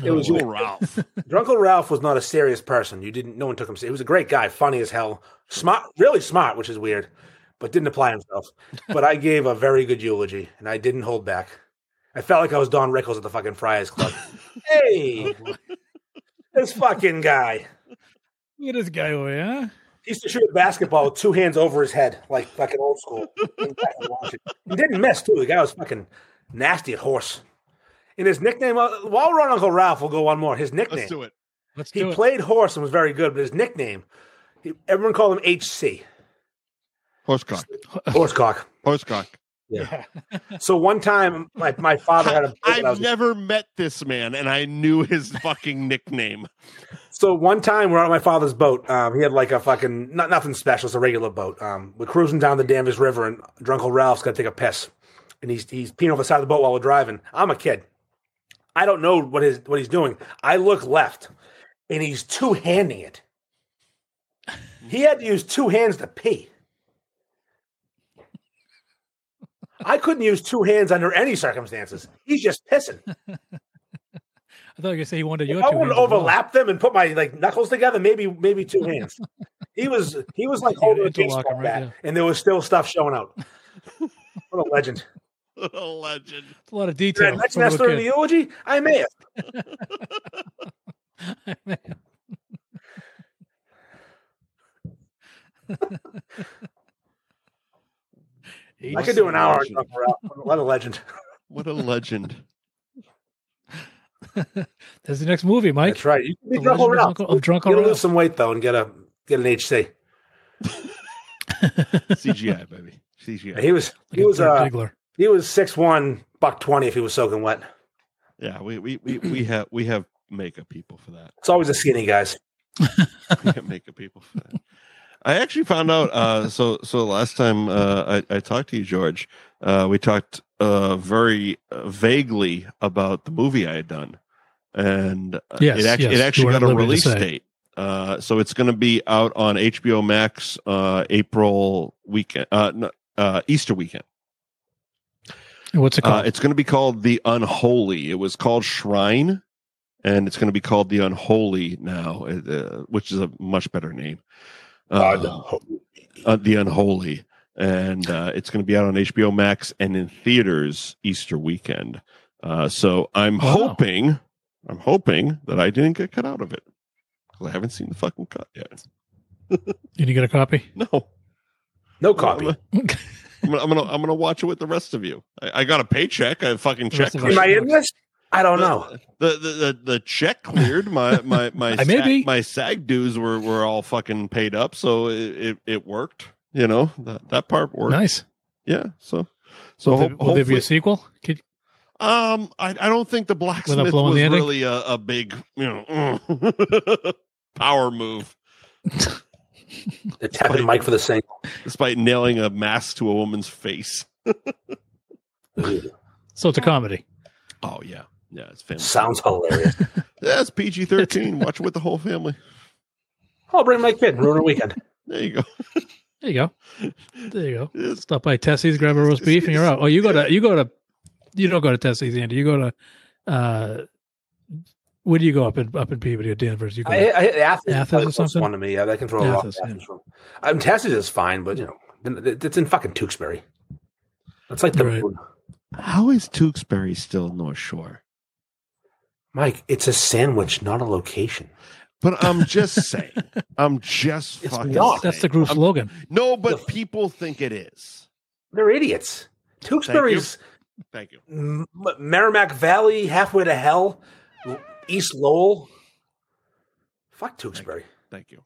Speaker 8: it
Speaker 7: was you.
Speaker 8: Ralph.
Speaker 7: Drunkle Ralph was not a serious person. You didn't. No one took him. serious. He was a great guy, funny as hell, smart, really smart, which is weird, but didn't apply himself. But I gave a very good eulogy, and I didn't hold back. I felt like I was Don Rickles at the fucking Friars Club. hey, this fucking guy.
Speaker 6: Look at this guy over here. huh?
Speaker 7: He used to shoot a basketball with two hands over his head, like fucking old school. Went back and watched it. He didn't miss too. The guy was fucking nasty at horse. And his nickname, uh, while we're on Uncle Ralph, we'll go one more. His nickname,
Speaker 8: Let's do it.
Speaker 6: Let's
Speaker 7: he
Speaker 6: do it.
Speaker 7: played horse and was very good, but his nickname, he, everyone called him HC,
Speaker 8: Horsecock.
Speaker 7: horsecock.
Speaker 8: Horsecock.
Speaker 7: So one time, my, my father had a. I
Speaker 8: I've
Speaker 7: was-
Speaker 8: never met this man, and I knew his fucking nickname.
Speaker 7: So one time we're on my father's boat. Um, he had like a fucking not nothing special. It's a regular boat. Um, we're cruising down the Danvers River, and drunk old Ralph's got to take a piss, and he's he's peeing over the side of the boat while we're driving. I'm a kid. I don't know what his what he's doing. I look left, and he's two handing it. He had to use two hands to pee. I couldn't use two hands under any circumstances. He's just pissing.
Speaker 6: I thought you were gonna say he wanted
Speaker 7: If
Speaker 6: your
Speaker 7: I
Speaker 6: two
Speaker 7: wouldn't
Speaker 6: hands as well.
Speaker 7: overlap them and put my like knuckles together, maybe maybe two hands. he was he was like
Speaker 6: You
Speaker 7: holding a
Speaker 6: interlock
Speaker 7: baseball
Speaker 6: 'em, right?
Speaker 7: bat, and there was still stuff showing out. what a legend!
Speaker 8: What a legend.
Speaker 6: It's a lot of
Speaker 7: Did I
Speaker 6: detail.
Speaker 7: mention
Speaker 6: for
Speaker 7: that
Speaker 6: a little
Speaker 7: story in the eulogy? I may have.
Speaker 6: kid.
Speaker 7: I could do an hour. on Uncle Ralph. What a legend!
Speaker 8: What a legend.
Speaker 6: That's the next movie, Mike.
Speaker 7: That's right. You can be
Speaker 6: The
Speaker 7: drunk
Speaker 6: legend of
Speaker 7: Ralph.
Speaker 6: Uncle- of Drunk
Speaker 7: You'll
Speaker 6: Ralph.
Speaker 7: lose some weight though and get a get an HC.
Speaker 8: CGI, baby. CGI.
Speaker 7: He was
Speaker 6: Like
Speaker 7: he
Speaker 6: a
Speaker 7: was
Speaker 6: Dirk
Speaker 7: uh,
Speaker 6: Diggler.
Speaker 7: he was six one buck twenty if he was soaking wet.
Speaker 8: Yeah, we we we, we have we have makeup people for that.
Speaker 7: It's always the skinny guys.
Speaker 8: We have makeup people for that. I actually found out. Uh, so so last time uh, I, I talked to you, George, uh, we talked uh, very uh, vaguely about the movie I had done, and uh,
Speaker 6: Yes,
Speaker 8: it, act-
Speaker 6: yes,
Speaker 8: it
Speaker 6: you
Speaker 8: actually
Speaker 6: were
Speaker 8: got
Speaker 6: at
Speaker 8: a
Speaker 6: liberty to
Speaker 8: release
Speaker 6: say.
Speaker 8: date. Uh, so it's going to be out on HBO Max uh, April weekend, uh, no, uh, Easter weekend.
Speaker 6: And What's it
Speaker 8: Uh,
Speaker 6: called?
Speaker 8: it's going to be called The Unholy. It was called Shrine, and it's going to be called The Unholy now, uh, which is a much better name. Uh, uh, the Unholy. And uh, it's going to be out on HBO Max and in theaters Easter weekend. Uh, so I'm
Speaker 6: Wow.
Speaker 8: hoping, I'm hoping that I didn't get cut out of it because I haven't seen the fucking cut yet.
Speaker 6: Did you get a copy?
Speaker 8: No,
Speaker 7: No copy.
Speaker 8: I'm, gonna, I'm gonna, I'm gonna watch it with the rest of you. I, I got a paycheck. I fucking
Speaker 6: The
Speaker 8: check.
Speaker 6: rest of us.
Speaker 7: Am I in this? I
Speaker 6: Oh,
Speaker 7: don't know.
Speaker 8: the the the, the check cleared. My my my
Speaker 6: I may
Speaker 8: SAG,
Speaker 6: be.
Speaker 8: my SAG dues were were all fucking paid up, so it it, it worked. You know that that part worked.
Speaker 6: Nice.
Speaker 8: Yeah. So so
Speaker 6: will, there,
Speaker 8: hope-
Speaker 6: will there be
Speaker 8: hopefully-
Speaker 6: a sequel? Could,
Speaker 8: um, I I don't think the blacksmith
Speaker 6: blowing
Speaker 8: was
Speaker 6: the ending?
Speaker 8: really a, a big you know power move,
Speaker 7: They're tapping Mike for the same.
Speaker 8: despite nailing a mask to a woman's face.
Speaker 6: so it's a comedy.
Speaker 8: Oh yeah, yeah, it's family.
Speaker 7: Sounds hilarious.
Speaker 8: Yeah, it's PG thirteen. Watch it with the whole family.
Speaker 7: I'll bring my kid and ruin a weekend.
Speaker 8: There you go.
Speaker 6: There you go. There you go.
Speaker 8: It's-
Speaker 6: Stop by Tessie's, grab a roast beef, and you're out. Oh, you go to you go to you don't go to Tessie's, Andy. You go to uh, where do you go up in up in Peabody or Danvers? You go.
Speaker 7: I, I hit Athens.
Speaker 6: Athens
Speaker 7: Probably
Speaker 6: or
Speaker 7: the closest
Speaker 6: something?
Speaker 7: One to me, yeah, they can throw a lot.
Speaker 6: Athens,
Speaker 7: Athens from. I'm tested Um, is fine, but you know, It's in fucking Tewksbury. That's like the
Speaker 6: Right.
Speaker 7: moon.
Speaker 8: How is Tewksbury still North Shore?
Speaker 7: Mike, it's a sandwich, not a location.
Speaker 8: But I'm just saying. I'm just
Speaker 7: It's
Speaker 8: fucking.
Speaker 7: not.
Speaker 6: That's the
Speaker 8: saying.
Speaker 6: group's
Speaker 8: I'm-
Speaker 6: slogan.
Speaker 8: No, but people think it is.
Speaker 7: They're idiots. Tewksbury's
Speaker 8: Thank you.
Speaker 7: M- Merrimack Valley, halfway to hell, East Lowell. Fuck Tewksbury.
Speaker 8: Thank you.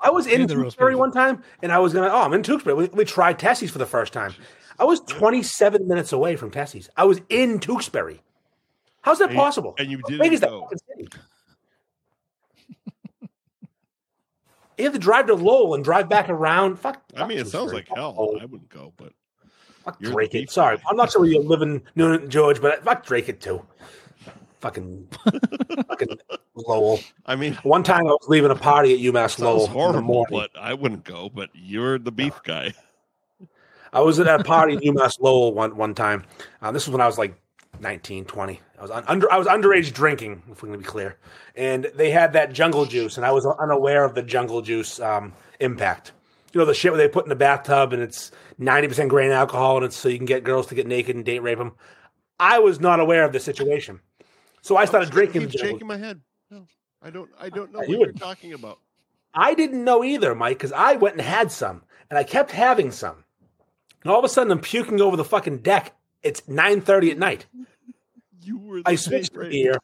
Speaker 7: I was in
Speaker 6: Neither of us
Speaker 7: Tewksbury
Speaker 6: believe
Speaker 7: one time, and I was gonna. Oh, I'm in Tewksbury. We, we tried Tassie's for the first time. I was 27 minutes away from Tassie's. I was in Tewksbury. How's that
Speaker 8: And you-
Speaker 7: possible?
Speaker 8: and you
Speaker 7: How
Speaker 8: didn't
Speaker 7: big is that
Speaker 8: go.
Speaker 7: fucking city? You have to drive to Lowell and drive back around. Fuck.
Speaker 8: I mean,
Speaker 7: fuck
Speaker 8: it sounds
Speaker 7: Tewksbury.
Speaker 8: like hell.
Speaker 7: Oh,
Speaker 8: I wouldn't go, but
Speaker 7: fuck
Speaker 8: you're
Speaker 7: Drake
Speaker 8: the
Speaker 7: it.
Speaker 8: beef
Speaker 7: Sorry,
Speaker 8: guy.
Speaker 7: I'm not sure where you live in Noonan, George, but fuck Drake it too. Fucking, fucking Lowell.
Speaker 8: I mean,
Speaker 7: One time I was leaving a party at UMass Lowell.
Speaker 8: sounds
Speaker 7: in the
Speaker 8: horrible,
Speaker 7: morning.
Speaker 8: but I wouldn't go. But you're the beef guy.
Speaker 7: I was at a party at UMass Lowell one one time. Uh, this was when I was like 19, 20. I was un- under I was underage drinking, if we're going to be clear. And they had that jungle juice, and I was unaware of the jungle juice um, impact. You know the shit where they put in the bathtub, and it's ninety percent grain alcohol, and it's so you can get girls to get naked and date rape them. I was not aware of the situation, so I started drinking.
Speaker 8: Oh, Keep
Speaker 7: the jungle
Speaker 8: shaking my head. No, I don't. I don't
Speaker 7: You
Speaker 8: know what you are
Speaker 7: would-
Speaker 8: talking about.
Speaker 7: I didn't know either, Mike, because I went and had some, and I kept having some. And all of a sudden, I'm puking over the fucking deck. It's 9.30 at night.
Speaker 8: You were. The
Speaker 7: I switched
Speaker 8: beef guy.
Speaker 7: gear.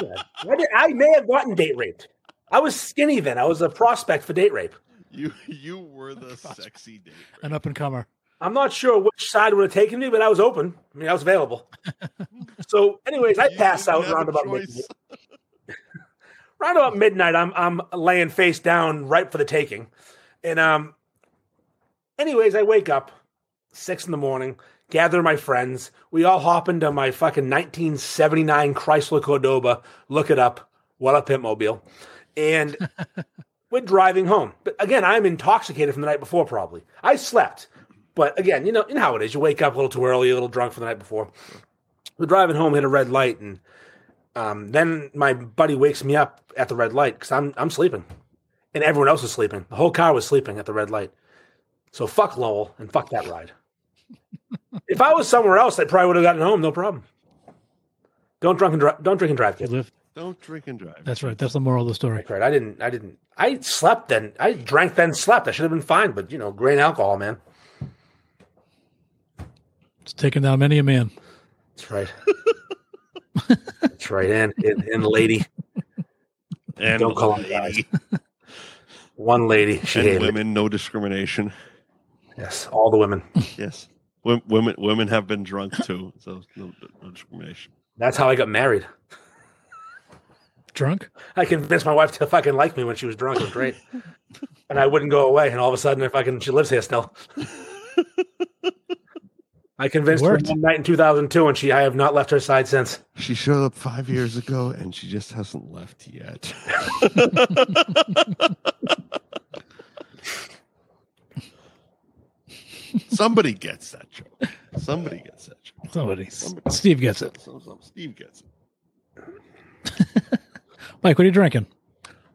Speaker 7: Yeah. I, did- I may have gotten date raped. I was skinny then. I was a prospect for date rape.
Speaker 8: You you were the sexy date. rape.
Speaker 6: An up and comer.
Speaker 7: I'm not sure which side would have taken me, but I was open. I mean, I was available. so, anyways, I
Speaker 8: You
Speaker 7: pass
Speaker 8: didn't
Speaker 7: out
Speaker 8: have a
Speaker 7: around about
Speaker 8: choice.
Speaker 7: midnight. Round about midnight, I'm I'm laying face down, ripe for the taking, and um. Anyways, I wake up six in the morning, gather my friends. We all hop into my fucking 1979 Chrysler Cordoba. Look it up. What a pimp mobile, and we're driving home. But again, I'm intoxicated from the night before. Probably I slept, but again, you know, you know how it is. You wake up a little too early, a little drunk from the night before. We're driving home, hit a red light, and um, then my buddy wakes me up at the red light because I'm I'm sleeping, and everyone else is sleeping. The whole car was sleeping at the red light. So fuck Lowell and fuck that ride. if I was somewhere else, I probably would have gotten home, no problem. Don't drunk and dri- don't drink and drive,
Speaker 6: You
Speaker 7: kid.
Speaker 6: live.
Speaker 8: Don't drink and drive.
Speaker 6: That's right. That's the moral of the story.
Speaker 7: Right? I didn't. I didn't. I slept then. I drank then slept. I should have been fine, but you know, grain alcohol, man.
Speaker 6: It's taken down many a man.
Speaker 7: That's right. That's right, and and, and lady,
Speaker 8: and
Speaker 7: Don't call them
Speaker 8: lady.
Speaker 7: one lady, she
Speaker 8: and
Speaker 7: hated it.
Speaker 8: women, no discrimination.
Speaker 7: Yes, all the women.
Speaker 8: Yes, Wom- women women have been drunk too, so no, no discrimination.
Speaker 7: That's how I got married.
Speaker 6: Drunk?
Speaker 7: I convinced my wife to fucking like me when she was drunk. It was great. and I wouldn't go away. And all of a sudden, if I can, she lives here still. I convinced
Speaker 6: It
Speaker 7: her
Speaker 6: worked.
Speaker 7: one night in 2002, and she I have not left her side since.
Speaker 8: She showed up five years ago, and she just hasn't left yet. Somebody gets that joke. Somebody gets that joke.
Speaker 6: Somebody. Steve gets it.
Speaker 8: Some, some- Steve gets it.
Speaker 6: Mike, what are you drinking?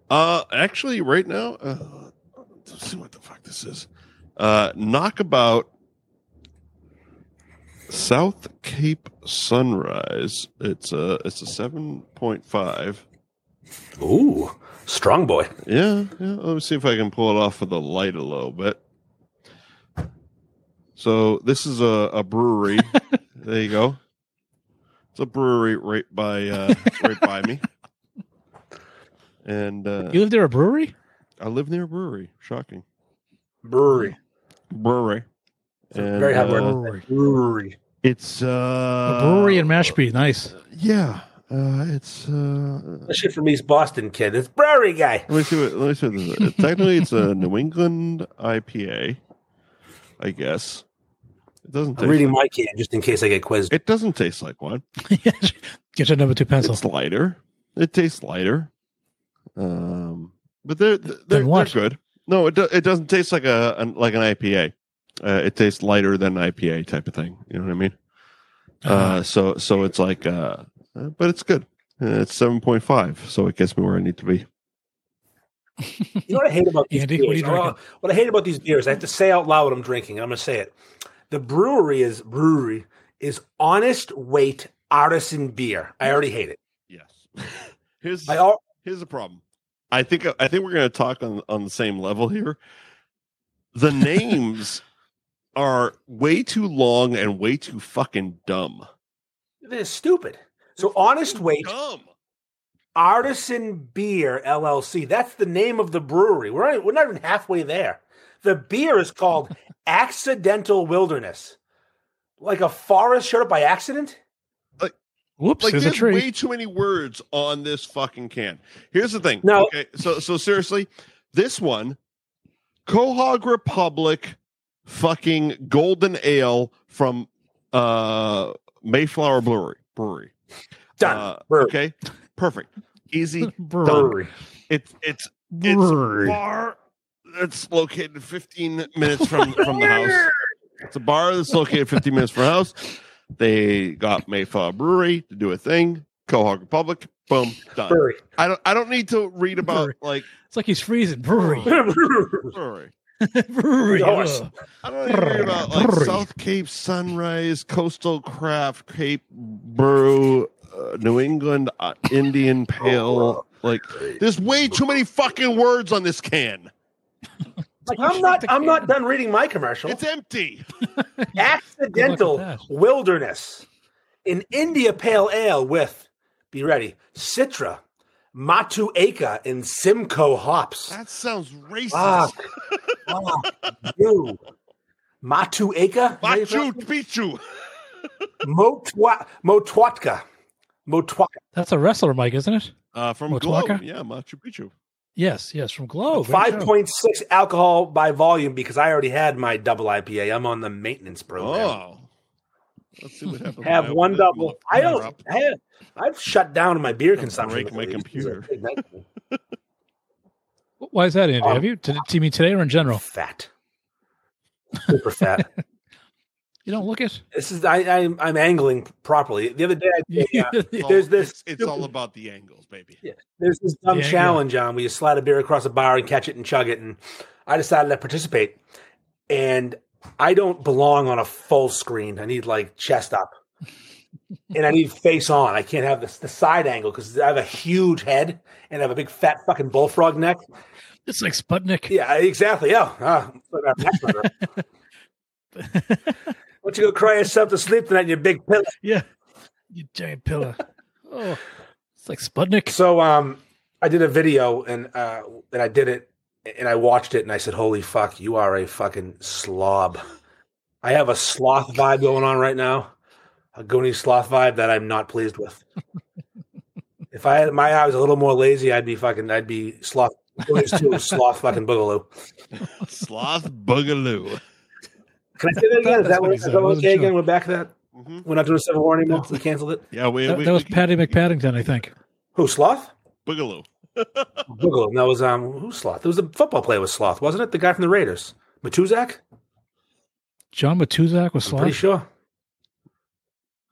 Speaker 8: Uh, actually, right now, uh, let's see what the fuck this is. Uh, knockabout South Cape Sunrise. It's a it's a seven point five.
Speaker 7: Ooh, strong boy.
Speaker 8: Yeah, yeah. Let me see if I can pull it off with the light a little bit. So this is a, a brewery. there you go. It's a brewery right by uh, right by me. And uh,
Speaker 6: You live near a brewery?
Speaker 8: I live near a brewery. Shocking.
Speaker 7: Brewery.
Speaker 8: brewery. And,
Speaker 7: very hard
Speaker 8: uh,
Speaker 7: word.
Speaker 6: brewery.
Speaker 7: Brewery.
Speaker 8: It's
Speaker 6: A
Speaker 8: uh,
Speaker 6: brewery in Mashpee. Nice.
Speaker 8: Yeah, uh, it's. Uh,
Speaker 7: That shit from East Boston, kid. It's brewery guy.
Speaker 8: let me see. What, let me see. What this is. Technically, it's a New England IPA. I guess it doesn't. Taste
Speaker 7: I'm reading
Speaker 8: like,
Speaker 7: my can just in case I get quizzed.
Speaker 8: it doesn't taste like one.
Speaker 6: Get your number two pencil.
Speaker 8: It's lighter. It tastes lighter. Um, but they're they're, they're
Speaker 6: what?
Speaker 8: good. No, it do, it doesn't taste like a an, like an IPA. Uh, it tastes lighter than IPA type of thing. You know what I mean?
Speaker 7: Uh-huh.
Speaker 8: Uh, so so it's like, uh, uh, but it's good. Uh, it's seven point five, so it gets me where I need to be.
Speaker 7: You know what I hate about these
Speaker 6: Andy,
Speaker 7: beers?
Speaker 6: what are you
Speaker 7: Oh,
Speaker 6: drinking?
Speaker 7: what I hate about these beers, I have to say out loud what I'm drinking. and I'm going to say it. The brewery is brewery is honest weight artisan beer. I already hate it.
Speaker 8: Yes. Here's
Speaker 7: I al-
Speaker 8: here's the problem. I think I think we're going to talk on on the same level here. The names are way too long and way too fucking dumb.
Speaker 7: This is stupid. So honest weight
Speaker 8: Dumb.
Speaker 7: artisan beer LLC. That's the name of the brewery. We're not, we're not even halfway there. The beer is called Accidental Wilderness, like a forest shut up by accident.
Speaker 6: Whoops,
Speaker 8: Like
Speaker 6: there's a
Speaker 8: there's
Speaker 6: tree.
Speaker 8: way too many words on this fucking can. Here's the thing.
Speaker 7: No.
Speaker 8: Okay. So so seriously, this one, Cohog Republic, fucking golden ale from uh Mayflower Brewery. Brewery.
Speaker 7: Done.
Speaker 8: Uh,
Speaker 7: Brewery.
Speaker 8: okay. Perfect. Easy.
Speaker 6: Brewery.
Speaker 8: It's it's
Speaker 6: Brewery.
Speaker 8: it's bar that's located 15 minutes from from the house. It's a bar that's located 15 minutes from the house. They got Mayflower Brewery to do a thing. Cohog Republic. Boom. Done.
Speaker 7: Brewery.
Speaker 8: I don't I don't need to read about like
Speaker 6: It's like he's freezing. Brewery.
Speaker 8: brewery.
Speaker 6: Brewery.
Speaker 7: Yes.
Speaker 6: Ugh.
Speaker 8: I don't need to read about like
Speaker 6: Brewery.
Speaker 8: South Cape Sunrise, Coastal Craft, Cape Brew, uh, New England uh, Indian
Speaker 6: Oh,
Speaker 8: Pale. Like there's way too many fucking words on this can.
Speaker 7: Like, I'm not. I'm not done reading my commercial.
Speaker 8: It's empty.
Speaker 6: Good
Speaker 7: Accidental
Speaker 6: luck with
Speaker 7: Wilderness, an India Pale Ale with, be ready, Citra, Matueka, and Simcoe hops.
Speaker 8: That sounds racist.
Speaker 7: Fuck. Fuck you. Matueka?
Speaker 8: Machu Picchu.
Speaker 7: Motwa- Motwatka. Motwatka.
Speaker 6: That's a wrestler, Mike, isn't it?
Speaker 8: Uh, from
Speaker 6: Motuaka?
Speaker 8: Globe. Yeah, Machu Picchu.
Speaker 6: Yes, yes, from Globe. Oh, Great show.
Speaker 7: 5.6 alcohol by volume because I already had my double IPA. I'm on the maintenance program.
Speaker 8: Oh. Let's see what happens. when
Speaker 7: have
Speaker 8: open
Speaker 7: one
Speaker 8: this
Speaker 7: double. I
Speaker 8: motherfucker
Speaker 7: don't.
Speaker 8: up.
Speaker 7: I have, I've shut down my beer
Speaker 8: Gonna
Speaker 7: consumption.
Speaker 8: break my
Speaker 7: lately. This is a
Speaker 8: computer.
Speaker 7: big night for me.
Speaker 6: Why is that, Andy?
Speaker 7: Um,
Speaker 6: have you? Did it, do you mean today or in general?
Speaker 7: Fat. Super fat.
Speaker 6: You don't look it.
Speaker 7: This is I, I'm I'm angling properly. The other day, I did, uh,
Speaker 8: It's all-
Speaker 7: There's this-
Speaker 8: It's, it's all about the angles, baby.
Speaker 7: there's this dumb
Speaker 6: Yeah, yeah.
Speaker 7: challenge on where you slide a beer across a bar and catch it and chug it, and I decided to participate. And I don't belong on a full screen. I need like chest up, and I need face on. I can't have this the side angle because I have a huge head and I have a big fat fucking bullfrog neck.
Speaker 6: It's like Sputnik.
Speaker 7: Yeah, exactly. Yeah. Ah, but I'm not sure. Why don't you go cry yourself to sleep tonight, you big pillow?
Speaker 6: Yeah. You giant pillar. oh, it's like Sputnik.
Speaker 7: So um, I did a video and uh, and I did it and I watched it and I said, "Holy fuck, you are a fucking slob." I have a sloth vibe going on right now, a goony sloth vibe that I'm not pleased with. if I had my eye was a little more lazy, I'd be fucking, I'd be sloth. Goonies too, sloth fucking boogaloo.
Speaker 8: Sloth Boogaloo.
Speaker 7: Can I say that again? Is
Speaker 6: That's
Speaker 7: that,
Speaker 6: what
Speaker 7: what,
Speaker 6: he
Speaker 7: is
Speaker 6: said.
Speaker 7: that
Speaker 6: I wasn't
Speaker 7: okay
Speaker 6: sure.
Speaker 7: again? We're back to that.
Speaker 8: Mhm.
Speaker 7: We're not doing Civil War anymore. We canceled it.
Speaker 8: Yeah, we,
Speaker 6: That,
Speaker 8: we,
Speaker 6: that was
Speaker 8: we-
Speaker 6: Patty McPaddington, I think.
Speaker 7: Who sloth?
Speaker 8: Boogaloo.
Speaker 7: Boogaloo. That was um who sloth? There was a football player with sloth, wasn't it? The guy from the Raiders, Matuzak.
Speaker 6: John Matuzak was
Speaker 7: Pretty
Speaker 6: Slash.
Speaker 7: sure.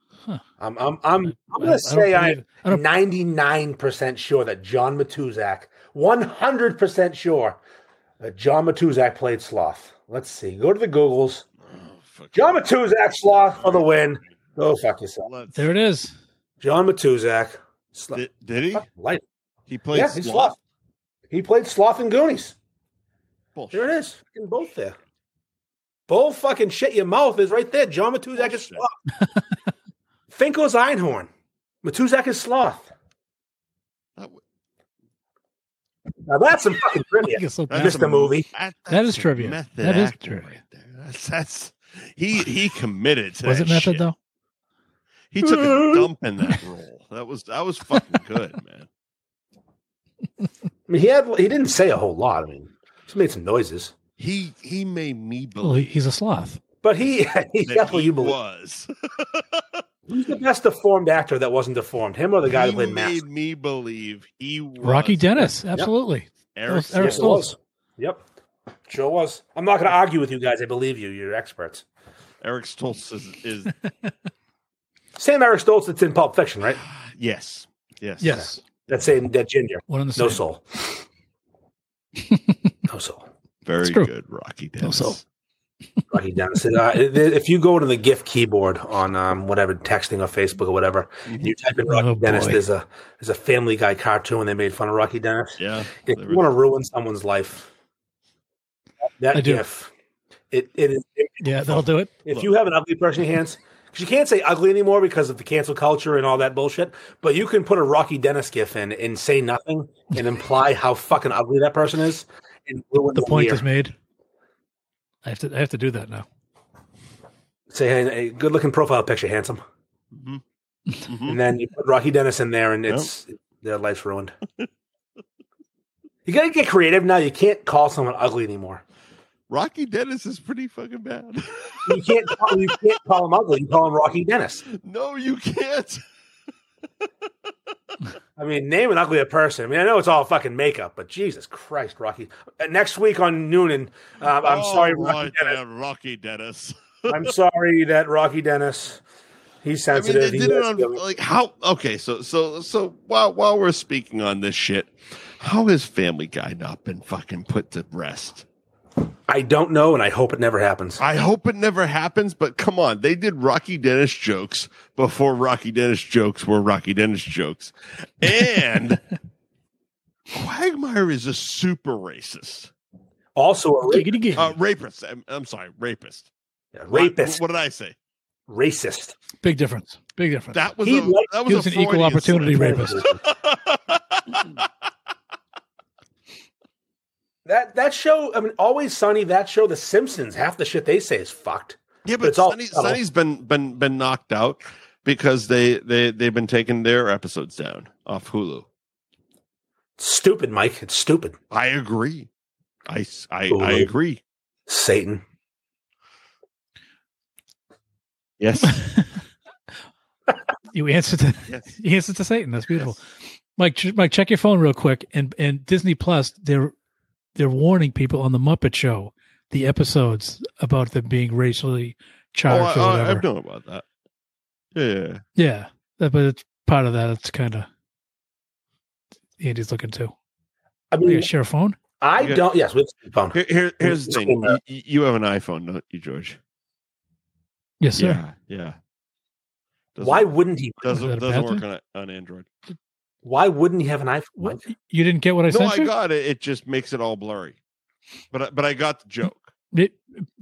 Speaker 6: Huh.
Speaker 7: I'm I'm I'm I'm gonna
Speaker 6: I don't
Speaker 7: say
Speaker 6: believe
Speaker 7: I'm
Speaker 6: it. I don't-
Speaker 7: ninety nine percent sure that John Matuzak, one hundred percent sure that John Matuzak played Sloth. Let's see. Go to the Googles.
Speaker 8: Oh, fuck.
Speaker 7: John Matuzak Sloth for the win. Go fuck yourself.
Speaker 8: Let's-
Speaker 6: There it is.
Speaker 7: John Matuzak. Sloth.
Speaker 8: Did, did he?
Speaker 7: Fucking Light.
Speaker 8: He played
Speaker 7: Yeah,
Speaker 8: Sloth.
Speaker 7: he's Sloth. He played Sloth and Goonies.
Speaker 8: Bullshit.
Speaker 7: There it is. Fucking both there. Bull fucking shit your mouth is right there. John Matuzak is
Speaker 8: Bullshit.
Speaker 7: sloth. Finkel's Einhorn. Matuzak is sloth.
Speaker 8: That w-
Speaker 7: Now that's some fucking
Speaker 6: I
Speaker 7: trivia.
Speaker 6: think it's so
Speaker 8: That's
Speaker 6: bad.
Speaker 7: Missed a movie.
Speaker 8: That-
Speaker 6: That
Speaker 8: that's
Speaker 6: is
Speaker 8: a
Speaker 6: trivia.
Speaker 8: method
Speaker 6: That is
Speaker 8: actor
Speaker 6: trivia.
Speaker 8: right there. That's, that's he he committed to
Speaker 6: Was
Speaker 8: that
Speaker 6: it method
Speaker 8: shit.
Speaker 6: though?
Speaker 8: He took a dump in that role. That was that was fucking good, man.
Speaker 7: I mean, he had he didn't say a whole lot. I mean, just made some noises.
Speaker 8: He he made me
Speaker 6: Well, Oh, he,
Speaker 8: believe
Speaker 6: he's a sloth.
Speaker 7: But he he's
Speaker 8: that
Speaker 7: definitely
Speaker 8: he
Speaker 7: you believe.
Speaker 8: was.
Speaker 7: Who's the best deformed actor that wasn't deformed? Him or the guy
Speaker 8: he
Speaker 7: that played
Speaker 8: made
Speaker 7: Mask?
Speaker 8: me believe he was
Speaker 6: Rocky Dennis, absolutely.
Speaker 8: Eric
Speaker 6: Eric
Speaker 8: Stoltz.
Speaker 7: Yes, it was. Yep. Sure was. I'm not gonna argue with you guys. I believe you. You're experts.
Speaker 8: Eric Stoltz is, is
Speaker 7: Same Eric Stoltz that's in Pulp Fiction, right?
Speaker 8: yes. Yes.
Speaker 6: Yes.
Speaker 7: That same that ginger.
Speaker 6: One on the
Speaker 7: No
Speaker 6: same.
Speaker 7: soul. No soul.
Speaker 8: Very
Speaker 6: true.
Speaker 8: good, Rocky Dennis.
Speaker 6: soul.
Speaker 7: Rocky Dennis. Uh, if you go to the GIF keyboard on um, whatever texting or Facebook or whatever, you type in Rocky
Speaker 6: Oh,
Speaker 7: Dennis.
Speaker 6: boy.
Speaker 7: There's a there's a Family Guy cartoon they made fun of Rocky Dennis.
Speaker 8: Yeah.
Speaker 7: If
Speaker 8: there
Speaker 7: you want to
Speaker 8: was-
Speaker 7: ruin someone's life, that
Speaker 6: I do.
Speaker 7: GIF, it it is.
Speaker 6: Yeah, they'll do it.
Speaker 7: if you have an ugly person in your hands, because you can't say ugly anymore because of the cancel culture and all that bullshit, but you can put a Rocky Dennis GIF in and say nothing and imply how fucking ugly that person is. And ruin
Speaker 6: The point
Speaker 7: year.
Speaker 6: is made. I have to. I have to do that now.
Speaker 7: say a good looking profile picture, handsome.
Speaker 8: Mhm.
Speaker 7: And then you put Rocky Dennis in there, and it's their life's ruined. you gotta get creative now. You can't call someone ugly anymore.
Speaker 8: Rocky Dennis is pretty fucking bad.
Speaker 7: You can't call, you can't call him ugly. You call him Rocky Dennis.
Speaker 8: no, you can't.
Speaker 7: I mean, name an uglier person. I mean, I know it's all fucking makeup, but Jesus Christ, Rocky. Uh, Next week on Noonan, um, I'm
Speaker 8: Oh,
Speaker 7: sorry, Rocky
Speaker 8: right
Speaker 7: Dennis.
Speaker 8: there, Rocky Dennis.
Speaker 7: I'm sorry that Rocky Dennis. He's
Speaker 8: I mean,
Speaker 7: sensitive. He
Speaker 8: they did it
Speaker 7: has
Speaker 8: on uh,
Speaker 7: feelings.
Speaker 8: like how? Okay, so so so while while we're speaking on this shit, how has Family Guy not been fucking put to rest?
Speaker 7: I don't know, and I hope it never happens.
Speaker 8: I hope it never happens, but come on, they did Rocky Dennis jokes before Rocky Dennis jokes were Rocky Dennis jokes, and Quagmire is a super racist,
Speaker 7: Also, a ra-
Speaker 6: Giggity gig.
Speaker 8: uh, rapist. I'm, I'm sorry, rapist,
Speaker 7: rapist,
Speaker 8: What, what did I say?
Speaker 7: racist.
Speaker 6: Big difference. Big difference.
Speaker 8: That was
Speaker 7: He
Speaker 8: a,
Speaker 7: liked-
Speaker 8: that was,
Speaker 6: he was
Speaker 8: a
Speaker 6: an equal
Speaker 8: Freudian
Speaker 6: opportunity
Speaker 8: slip.
Speaker 6: rapist.
Speaker 7: That that show, I mean, Always Sunny. That show, The Simpsons. Half the shit they say is fucked.
Speaker 8: Yeah, but
Speaker 7: It's all
Speaker 8: Sunny,
Speaker 7: subtle.
Speaker 8: Sunny's been been been knocked out because they they they've been taking their episodes down off Hulu.
Speaker 7: Stupid, Mike. It's stupid.
Speaker 8: I agree. I s- I, I
Speaker 7: Hulu.
Speaker 8: agree.
Speaker 7: Satan.
Speaker 8: Yes.
Speaker 6: You answered to
Speaker 8: Yes.
Speaker 6: you answered to Satan. That's beautiful. Mike, ch- Mike, check your phone real quick. And and Disney Plus, they're they're warning people on the Muppet Show, the episodes about them being racially
Speaker 8: oh,
Speaker 6: charged or
Speaker 8: I, I,
Speaker 6: whatever.
Speaker 8: I've known about that. Yeah. yeah.
Speaker 6: yeah, that, but it's part of that. It's kind of Andy's looking too.
Speaker 7: I
Speaker 6: You
Speaker 7: mean,
Speaker 6: guys share a phone?
Speaker 7: I
Speaker 8: Yeah.
Speaker 7: don't. Yes, with phone.
Speaker 8: Here, here here's the
Speaker 7: It's
Speaker 8: thing.
Speaker 7: in there.
Speaker 8: You, you have an iPhone, don't you, George?
Speaker 6: Yes, sir.
Speaker 8: Yeah. Yeah. Doesn't-
Speaker 7: Why wouldn't he?
Speaker 6: Is that
Speaker 8: doesn't
Speaker 6: a
Speaker 8: doesn't
Speaker 6: bad
Speaker 8: work on on Android?
Speaker 7: Why wouldn't he have an iPhone?
Speaker 6: What?
Speaker 7: Mike?
Speaker 6: You didn't get what I
Speaker 8: no,
Speaker 6: sent
Speaker 8: I
Speaker 6: you?
Speaker 8: got it. It just makes it all blurry. But I, but I got the joke.
Speaker 6: It-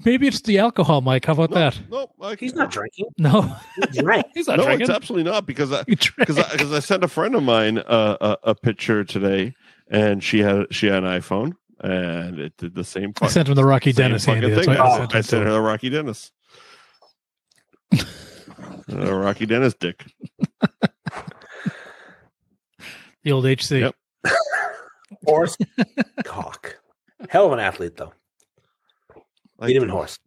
Speaker 6: maybe it's the alcohol, Mike. How about
Speaker 8: No,
Speaker 6: that?
Speaker 8: No, I,
Speaker 7: He's not drinking.
Speaker 6: No,
Speaker 7: He drank.
Speaker 6: he's not
Speaker 8: no,
Speaker 6: drinking.
Speaker 8: it's absolutely not because I
Speaker 6: You drank.
Speaker 8: because because I, sent a friend of mine uh, a, a picture today, and she had she had an iPhone, and it did the same.
Speaker 6: I
Speaker 8: fuck-
Speaker 6: sent him the Rocky
Speaker 8: same
Speaker 6: Dennis
Speaker 8: fucking
Speaker 6: Andy. That's
Speaker 8: thing.
Speaker 6: why
Speaker 8: I,
Speaker 6: I sent
Speaker 8: sent- Oh, I
Speaker 6: him to
Speaker 8: sent her
Speaker 6: him.
Speaker 8: the Rocky Dennis. Uh, Rocky Dennis dick.
Speaker 6: the old HC.
Speaker 8: Yep.
Speaker 7: Horse. Cock. Hell of an athlete, though.
Speaker 8: Like,
Speaker 7: Beat him in horse.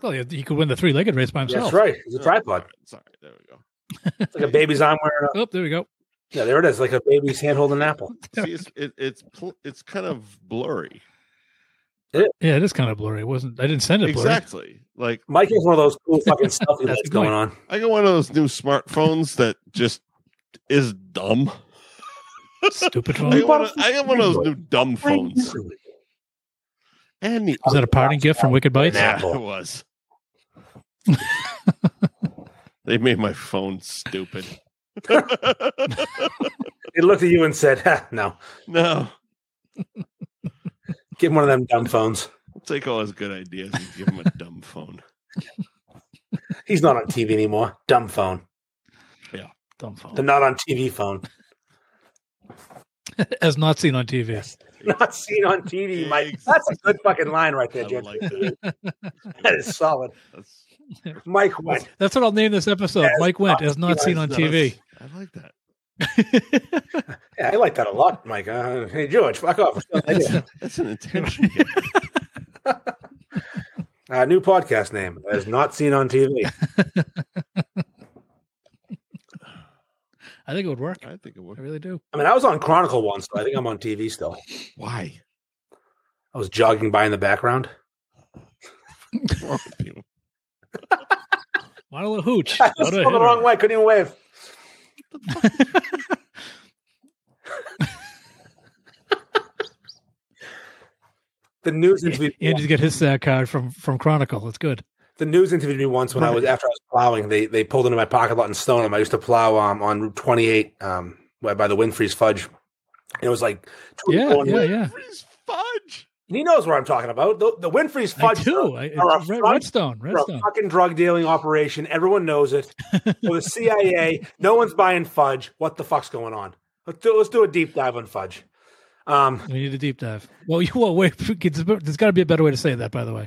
Speaker 6: Well, yeah, he could win the three-legged race by himself.
Speaker 7: That's right. He's a
Speaker 8: Oh,
Speaker 7: tripod.
Speaker 8: alright, Sorry, there we go.
Speaker 7: It's like a baby's arm wearing.
Speaker 6: Oh, there we go.
Speaker 7: A, yeah, there it is. Like a baby's hand holding an apple.
Speaker 8: See, it's it, it's pl- it's kind of blurry.
Speaker 6: Yeah, it is kind of blurry. It wasn't. I didn't send it blurry.
Speaker 8: Exactly. Like
Speaker 7: Mike has one of those cool fucking selfie
Speaker 6: That's
Speaker 7: lights
Speaker 6: the point.
Speaker 7: going on.
Speaker 8: I got one of those new smartphones that just is dumb.
Speaker 6: Stupid
Speaker 8: I
Speaker 6: phone.
Speaker 8: got, one of, I got one of those new dumb phones. And
Speaker 6: Was that a parting gift from Wicked Bites?
Speaker 7: Yeah.
Speaker 8: Yeah, it was. they made my phone stupid.
Speaker 7: He looked at you and said, "Ha, "No,
Speaker 8: no,
Speaker 7: give him one of them dumb phones."
Speaker 8: I'll take all his good ideas and give him a dumb phone.
Speaker 7: He's not on TV anymore. Dumb phone.
Speaker 6: Dumb phone.
Speaker 7: The not on TV phone.
Speaker 6: As not seen on TV.
Speaker 7: Not seen on TV, Mike. That's a good fucking line right there,
Speaker 8: I
Speaker 7: Jim.
Speaker 8: would like that.
Speaker 7: that is solid.
Speaker 8: That's,
Speaker 7: Mike went.
Speaker 6: That's what I'll name this episode.
Speaker 7: As
Speaker 6: Mike went
Speaker 7: not
Speaker 6: as not
Speaker 7: seen
Speaker 6: seen on
Speaker 8: that's-
Speaker 6: TV.
Speaker 8: I like that.
Speaker 7: Yeah, I like that a lot, Mike. Uh, hey, George, fuck off.
Speaker 8: That's an intention.
Speaker 7: uh, new podcast name as not seen on TV.
Speaker 6: I think it would work.
Speaker 8: I think it
Speaker 6: I
Speaker 8: would.
Speaker 6: really do.
Speaker 7: I mean, I was on Chronicle once, but I think I'm on TV still.
Speaker 8: Why?
Speaker 7: I was jogging by in the background.
Speaker 8: What's wrong with you?
Speaker 6: Bottle of hooch.
Speaker 7: I was
Speaker 6: What a
Speaker 7: going the
Speaker 6: hitter.
Speaker 7: wrong way. Couldn't even wave. The news interviewed
Speaker 6: Andy's got his uh, card from from Chronicle. It's good.
Speaker 7: the news interviewed me once when I was after I was plowing. They they pulled into my parking lot in Stoneham. I used to plow um, on Route 28 um, by by the Winfrey's Fudge. It was like two
Speaker 6: Yeah,
Speaker 7: people in-
Speaker 6: yeah, yeah.
Speaker 8: Freeze fudge.
Speaker 7: He knows what I'm talking about. The, the Winfrey's
Speaker 6: I
Speaker 7: Fudge
Speaker 6: do. I,
Speaker 7: are a
Speaker 6: it's Red,
Speaker 7: front
Speaker 6: Redstone.
Speaker 7: for
Speaker 6: Redstone.
Speaker 7: a fucking drug dealing operation. Everyone knows it. So the CIA, no one's buying fudge. What the fuck's going on? Let's do, let's do a deep dive on fudge. Um,
Speaker 6: We need a deep dive. Well, you, well wait. There's got to be a better way to say that, by the way.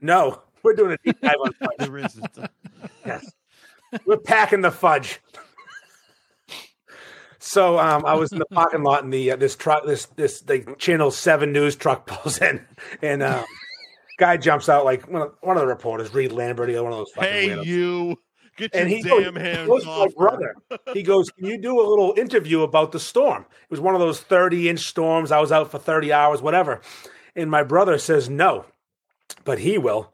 Speaker 7: no, we're doing a deep dive on fudge.
Speaker 8: There is.
Speaker 7: Yes. We're packing the fudge. So um, I was in the parking lot, and the uh, this truck, this this the Channel Seven News truck pulls in, and um, guy jumps out like one of, one of the reporters, Reed Lambert, the other one of those. fucking
Speaker 8: hey,
Speaker 7: weirdos.
Speaker 8: you. Get your
Speaker 7: and he
Speaker 8: damn
Speaker 7: goes, he
Speaker 8: hands
Speaker 7: goes to my
Speaker 8: off.
Speaker 7: brother. He goes, "Can you do a little interview about the storm?" It was one of those thirty-inch storms. I was out for thirty hours, whatever. And my brother says no, but he will.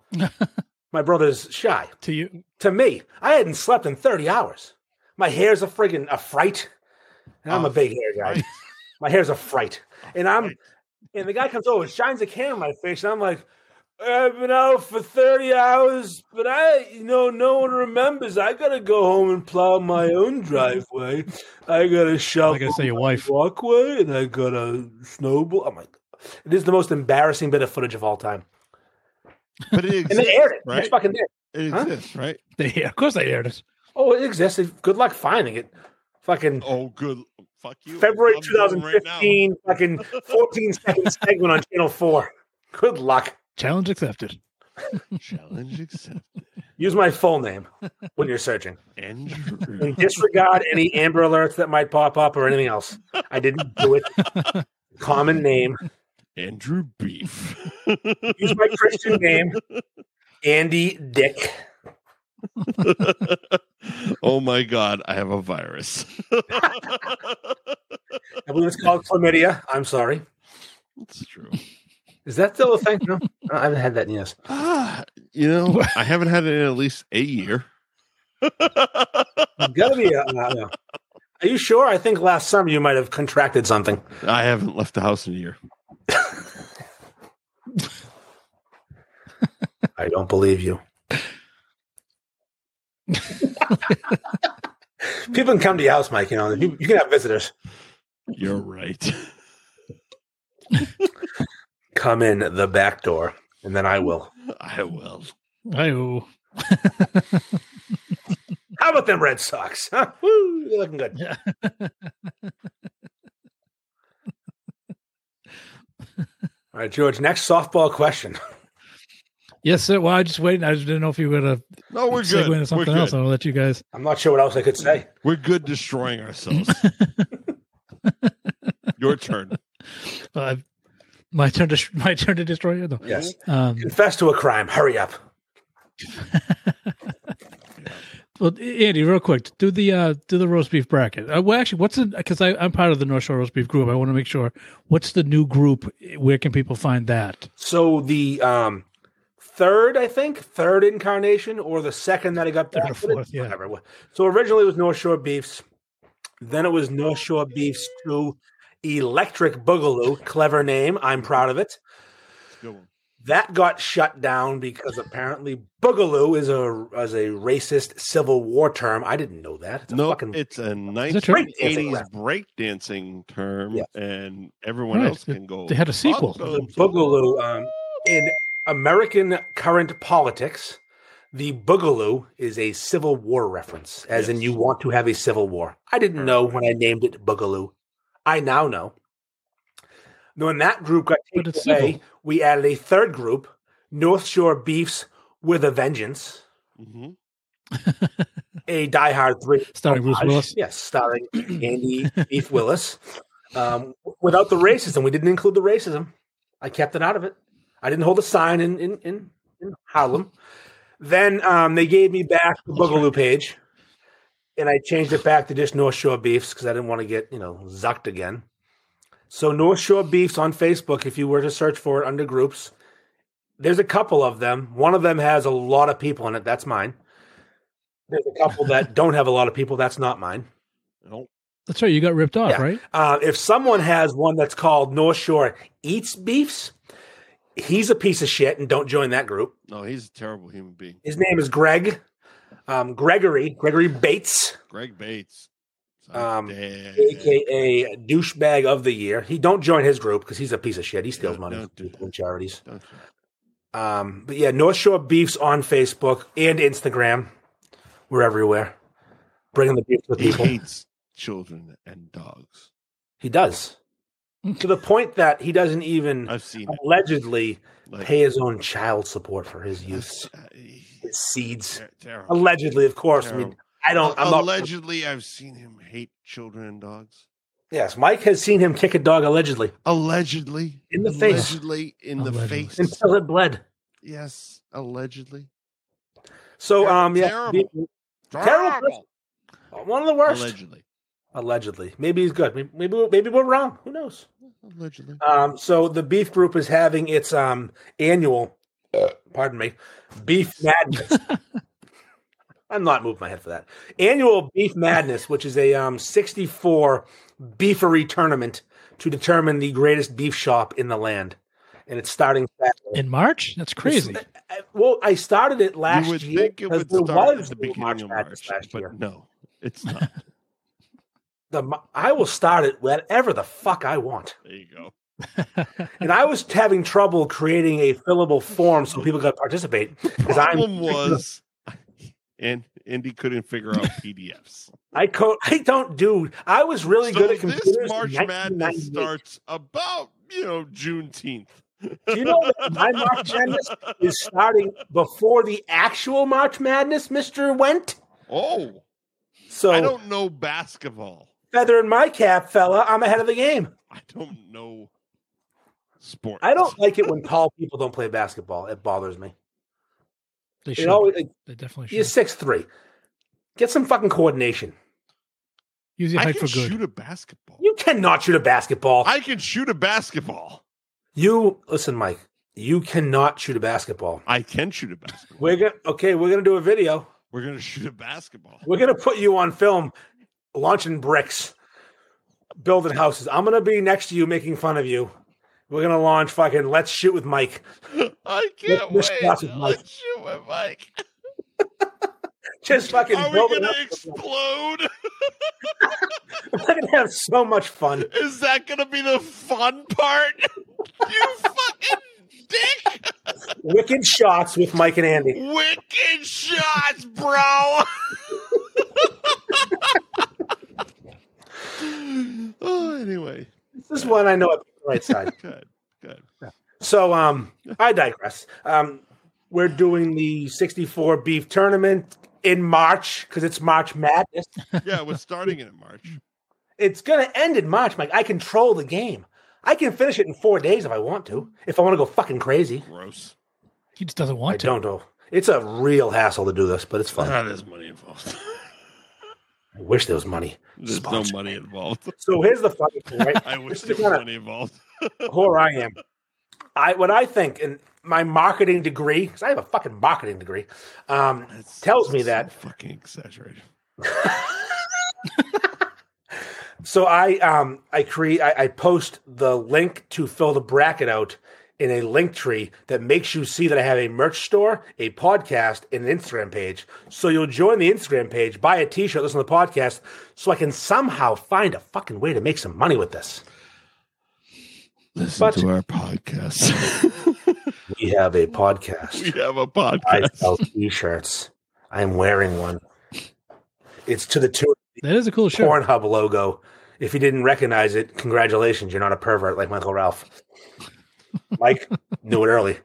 Speaker 7: my brother's shy.
Speaker 6: To you,
Speaker 7: To me, I hadn't slept in thirty hours. My hair's a friggin' a fright, and
Speaker 6: Oh,
Speaker 7: I'm a big hair guy.
Speaker 8: fright.
Speaker 7: My hair's a fright, and I'm. And the guy comes over, and shines a can in my face, and I'm like, I've been out for 30 hours, but I, you know, no one remembers. I gotta go home and plow my own driveway. I gotta shovel
Speaker 6: like I say, your wife.
Speaker 7: walkway, and I gotta snowball. I'm like, it is the most embarrassing bit of footage of all time.
Speaker 8: But it
Speaker 7: And
Speaker 8: exists,
Speaker 7: they aired it.
Speaker 8: right?
Speaker 7: It's fucking there.
Speaker 8: It
Speaker 7: huh?
Speaker 8: exists, right?
Speaker 6: They, of course, they aired it.
Speaker 7: Oh, it exists. Good luck finding it. Fucking
Speaker 8: Oh, good. Fuck you.
Speaker 7: February
Speaker 8: I'm going right now.
Speaker 7: 2015, fucking 14 second segment on Channel 4. Good luck.
Speaker 6: Challenge accepted.
Speaker 8: Challenge accepted.
Speaker 7: Use my full name when you're searching.
Speaker 8: Andrew.
Speaker 7: and disregard any Amber alerts that might pop up or anything else. I didn't do it. Common name.
Speaker 8: Andrew Beef.
Speaker 7: Use my Christian name, Andy Dick.
Speaker 8: oh my God, I have a virus.
Speaker 7: I believe it's called chlamydia. I'm sorry.
Speaker 8: It's true.
Speaker 7: Is that still a thing? No, I haven't had that in years.
Speaker 8: Ah, you know, I haven't had it in at least a year.
Speaker 7: There's gotta be. A, uh, are you sure? I think last summer you might have contracted something.
Speaker 8: I haven't left the house in a year.
Speaker 7: I don't believe you. People can come to your house, Mike. You know, you, you can have visitors.
Speaker 8: You're right.
Speaker 7: Come in the back door, and then I will.
Speaker 8: I will.
Speaker 6: Oh,
Speaker 7: How about them Red Sox? Huh? Woo, they're looking good.
Speaker 6: Yeah.
Speaker 7: All right, George. Next softball question.
Speaker 6: yes, sir. Well, I just waited. I just didn't know if you were gonna
Speaker 8: No, we're
Speaker 6: segue
Speaker 8: good.
Speaker 6: into
Speaker 8: We're
Speaker 6: something else.
Speaker 8: good.
Speaker 6: I'm gonna let you guys.
Speaker 7: I'm not sure what else I could say.
Speaker 8: we're good destroying ourselves. Your turn.
Speaker 6: Uh, my turn to my turn to destroy you. No.
Speaker 7: Yes.
Speaker 6: Um,
Speaker 7: Confess to a crime. Hurry up.
Speaker 6: well, Andy, real quick, do the uh, do the roast beef bracket. Uh, well, actually, what's it? Because I'm part of the North Shore roast beef group. I want to make sure. What's the new group? Where can people find that?
Speaker 7: So the um, third, I think, third incarnation, or the second that I got
Speaker 6: Third or
Speaker 7: back.
Speaker 6: fourth, yeah.
Speaker 7: Whatever. So originally it was North Shore Beefs. Then it was North Shore Beefs to Electric Boogaloo. Clever name. I'm proud of it.
Speaker 8: Good one.
Speaker 7: that got shut down because apparently boogaloo is a is a racist civil war term. I didn't know that. It's a
Speaker 8: No,
Speaker 7: fucking
Speaker 8: it's a
Speaker 6: that true?
Speaker 8: 1980s breakdancing term,
Speaker 7: Yes.
Speaker 8: and everyone
Speaker 6: Right.
Speaker 8: else can go.
Speaker 6: They had a sequel.
Speaker 8: Boogaloo.
Speaker 7: boogaloo um, in American current politics. The boogaloo is a civil war reference, as in you want to have a civil war. I didn't know when I named it boogaloo. I now know. When that group got
Speaker 6: But
Speaker 7: taken
Speaker 6: it's
Speaker 7: away,
Speaker 6: civil.
Speaker 7: we added a third group, North Shore Beefs with a Vengeance.
Speaker 6: Mm-hmm.
Speaker 8: Mhm.
Speaker 7: a Die Hard three
Speaker 6: Starring Bruce
Speaker 8: Oh,
Speaker 7: homage.
Speaker 6: Willis.
Speaker 7: Yes, starring Andy Beef Willis. Um, w- without the racism, we didn't include the racism. I kept it out of it. I didn't hold a sign in in in, in Harlem. Then um, they gave me back the Boogaloo page, and I changed it back to just North Shore Beefs because I didn't want to get you know zucked again. So North Shore Beefs on Facebook, if you were to search for it under groups, there's a couple of them. One of them has a lot of people in it. That's mine. There's a couple that don't have a lot of people. That's not mine.
Speaker 8: Nope.
Speaker 6: That's right. You got ripped off,
Speaker 7: Yeah.
Speaker 6: right?
Speaker 7: Uh, if someone has one that's called North Shore Eats Beefs, He's a piece of shit, and don't join that group.
Speaker 8: No, he's a terrible human being.
Speaker 7: His name is Greg, um, Gregory, Gregory Bates,
Speaker 8: Greg Bates. Son of
Speaker 7: um,
Speaker 8: dad.
Speaker 7: aka douchebag of the year. He don't join his group because he's a piece of shit. He steals
Speaker 8: Yeah,
Speaker 7: money from
Speaker 8: don't do
Speaker 7: people and charities.
Speaker 8: Don't-
Speaker 7: Um, but yeah, North Shore Beefs on Facebook and Instagram. We're everywhere, bringing the beef to the
Speaker 8: He
Speaker 7: people.
Speaker 8: hates children and dogs.
Speaker 7: He does to the point that he doesn't even
Speaker 8: I've seen it.
Speaker 7: allegedly
Speaker 8: Like,
Speaker 7: pay his own child support for his youth
Speaker 8: uh, he-
Speaker 7: his seeds.
Speaker 8: ter- terrible.
Speaker 7: Allegedly, of course. I
Speaker 8: Terrible.
Speaker 7: mean, I don't. I'm not-
Speaker 8: allegedly, I've seen him hate children and dogs.
Speaker 7: Yes, Mike has seen him kick a dog allegedly
Speaker 8: Allegedly,
Speaker 7: In the face.
Speaker 8: Allegedly, in the
Speaker 6: Allegedly.
Speaker 8: face.
Speaker 7: until it bled.
Speaker 8: yes, allegedly.
Speaker 7: So, um, yeah,
Speaker 8: Terrible.
Speaker 7: be- Terrible. one of the worst.
Speaker 8: Allegedly.
Speaker 7: Allegedly, maybe he's good. Maybe maybe, maybe we're wrong. Who knows?
Speaker 8: Allegedly.
Speaker 7: Um, so the beef group is having its um annual, pardon me, beef madness. I'm not moving my head for that annual beef madness, which is a um 64 beefery tournament to determine the greatest beef shop in the land, and it's starting. Saturday.
Speaker 6: in March. That's crazy.
Speaker 7: I- well, I started it last
Speaker 8: you would
Speaker 7: year
Speaker 8: think it
Speaker 7: because
Speaker 8: would
Speaker 7: there
Speaker 8: start
Speaker 7: was
Speaker 8: at the
Speaker 7: no
Speaker 8: beginning of
Speaker 7: Madness
Speaker 8: March,
Speaker 7: last
Speaker 8: but
Speaker 7: year.
Speaker 8: no, it's not.
Speaker 7: The mo- I will start it whenever the fuck I want.
Speaker 8: there you go.
Speaker 7: And I was having trouble creating a fillable form so people could participate because
Speaker 8: Problem
Speaker 7: I'm
Speaker 8: was, and Andy couldn't figure out PDFs.
Speaker 7: I co- I don't do. I was really
Speaker 8: so
Speaker 7: good at
Speaker 8: this
Speaker 7: computers. in
Speaker 8: March Madness
Speaker 7: 1998.
Speaker 8: starts about you know Juneteenth.
Speaker 7: Do you know that my March Madness is starting before the actual March Madness, Mister Went?
Speaker 8: Oh, I
Speaker 7: So
Speaker 8: don't know basketball.
Speaker 7: feather in my cap, fella. I'm ahead of the game.
Speaker 8: I don't know sports.
Speaker 7: I don't like it when tall people don't play basketball. It bothers me.
Speaker 6: They should.
Speaker 7: It always like,
Speaker 6: they definitely
Speaker 7: you're
Speaker 6: should.
Speaker 7: six three. Get some fucking coordination.
Speaker 6: Use your
Speaker 8: I
Speaker 6: height
Speaker 8: can
Speaker 6: for good.
Speaker 8: shoot a basketball.
Speaker 7: You cannot shoot a basketball.
Speaker 8: I can shoot a basketball.
Speaker 7: You listen, Mike. You cannot shoot a basketball.
Speaker 8: I can shoot a basketball.
Speaker 7: We're gonna okay. We're gonna do a video.
Speaker 8: We're gonna shoot a basketball.
Speaker 7: We're gonna put you on film, launching bricks, building houses. I'm gonna be next to you, making fun of you. We're gonna launch fucking let's shoot with Mike.
Speaker 8: I can't
Speaker 7: Let's
Speaker 8: wait.
Speaker 7: shoot with Mike.
Speaker 8: Let's shoot with Mike.
Speaker 7: Just fucking
Speaker 8: Are we
Speaker 7: build it
Speaker 8: gonna
Speaker 7: up.
Speaker 8: explode?
Speaker 7: We're gonna have so much fun.
Speaker 8: Is that gonna be the fun part? you fucking dick!
Speaker 7: Wicked shots with Mike and Andy.
Speaker 8: Wicked shots, bro! oh, anyway,
Speaker 7: This is one I know at the right side.
Speaker 8: good, good.
Speaker 7: So um, I digress. Um, we're doing the 64 beef tournament in March because it's March Madness.
Speaker 8: Yeah, we're starting it in March.
Speaker 7: It's gonna end in March, Mike. I control the game. I can finish it in four days if I want to. If I want to go fucking crazy,
Speaker 8: Gross.
Speaker 6: He just doesn't
Speaker 7: I
Speaker 6: want to.
Speaker 7: don't know. It's a real hassle to do this, but it's fun.
Speaker 8: Ah, there's money involved.
Speaker 7: I wish there was money.
Speaker 8: There's
Speaker 7: Sponsor.
Speaker 8: no money involved.
Speaker 7: So here's the funny thing, right?
Speaker 8: I wish
Speaker 7: This is
Speaker 8: there was
Speaker 7: kinda-
Speaker 8: money involved.
Speaker 7: Whore I am. I what I think and my marketing degree, because I have a fucking marketing degree, um,
Speaker 8: That's-
Speaker 7: tells me
Speaker 8: that's
Speaker 7: that
Speaker 8: so fucking exaggerated.
Speaker 7: So I um I create I, I post the link to fill the bracket out in a link tree that makes you see that I have a merch store, a podcast, and an Instagram page. So you'll join the Instagram page, buy a T-shirt, listen to the podcast, so I can somehow find a fucking way to make some money with this.
Speaker 8: Listen
Speaker 7: But-
Speaker 8: to our podcast.
Speaker 7: We have a
Speaker 8: we
Speaker 7: podcast.
Speaker 8: have a
Speaker 7: I
Speaker 8: podcast.
Speaker 7: sell T-shirts. I'm wearing one. It's to the two
Speaker 6: That is a cool shirt.
Speaker 7: Pornhub logo. If you didn't recognize it, congratulations, you're not a pervert like Michael Ralph. Mike knew it early.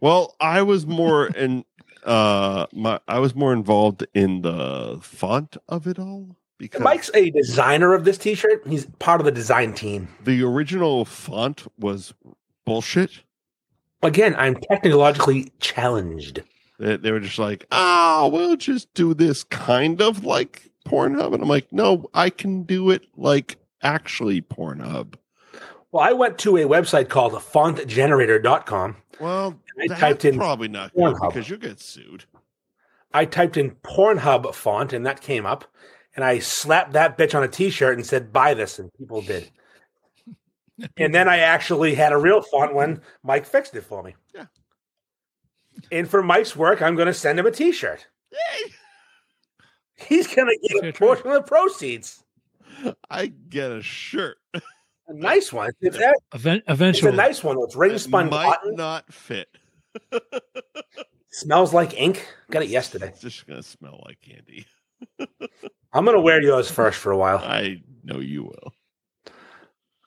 Speaker 8: Well, I was more in uh my I was more involved in the font of it all because
Speaker 7: Mike's a designer of this T-shirt. He's part of the design team.
Speaker 8: the original font was bullshit.
Speaker 7: Again, I'm technologically challenged.
Speaker 8: They, they were just like, "Ah, we'll just do this kind of like Pornhub," and I'm like, "No, I can do it like actually Pornhub."
Speaker 7: Well, I went to a website called fontgenerator.com.
Speaker 8: Well,
Speaker 7: I
Speaker 8: that's
Speaker 7: typed in
Speaker 8: probably not good
Speaker 7: Pornhub.
Speaker 8: because you'll get sued.
Speaker 7: I typed in Pornhub font, and that came up. And I slapped that bitch on a T-shirt and said, "Buy this," and people did. and then I actually had a real font when Mike fixed it for me.
Speaker 8: Yeah.
Speaker 7: And for Mike's work, I'm going to send him a T-shirt. He's going to get a portion of the proceeds.
Speaker 8: I get a shirt.
Speaker 7: A nice one. If that,
Speaker 6: Even-
Speaker 7: it's a
Speaker 6: eventually,
Speaker 7: nice one. It's ring
Speaker 8: It
Speaker 7: spun
Speaker 8: might
Speaker 7: cotton.
Speaker 8: not fit.
Speaker 7: Smells like ink. Got it yesterday.
Speaker 8: It's just gonna smell like candy.
Speaker 7: I'm going to wear yours first for a while
Speaker 8: I know you will.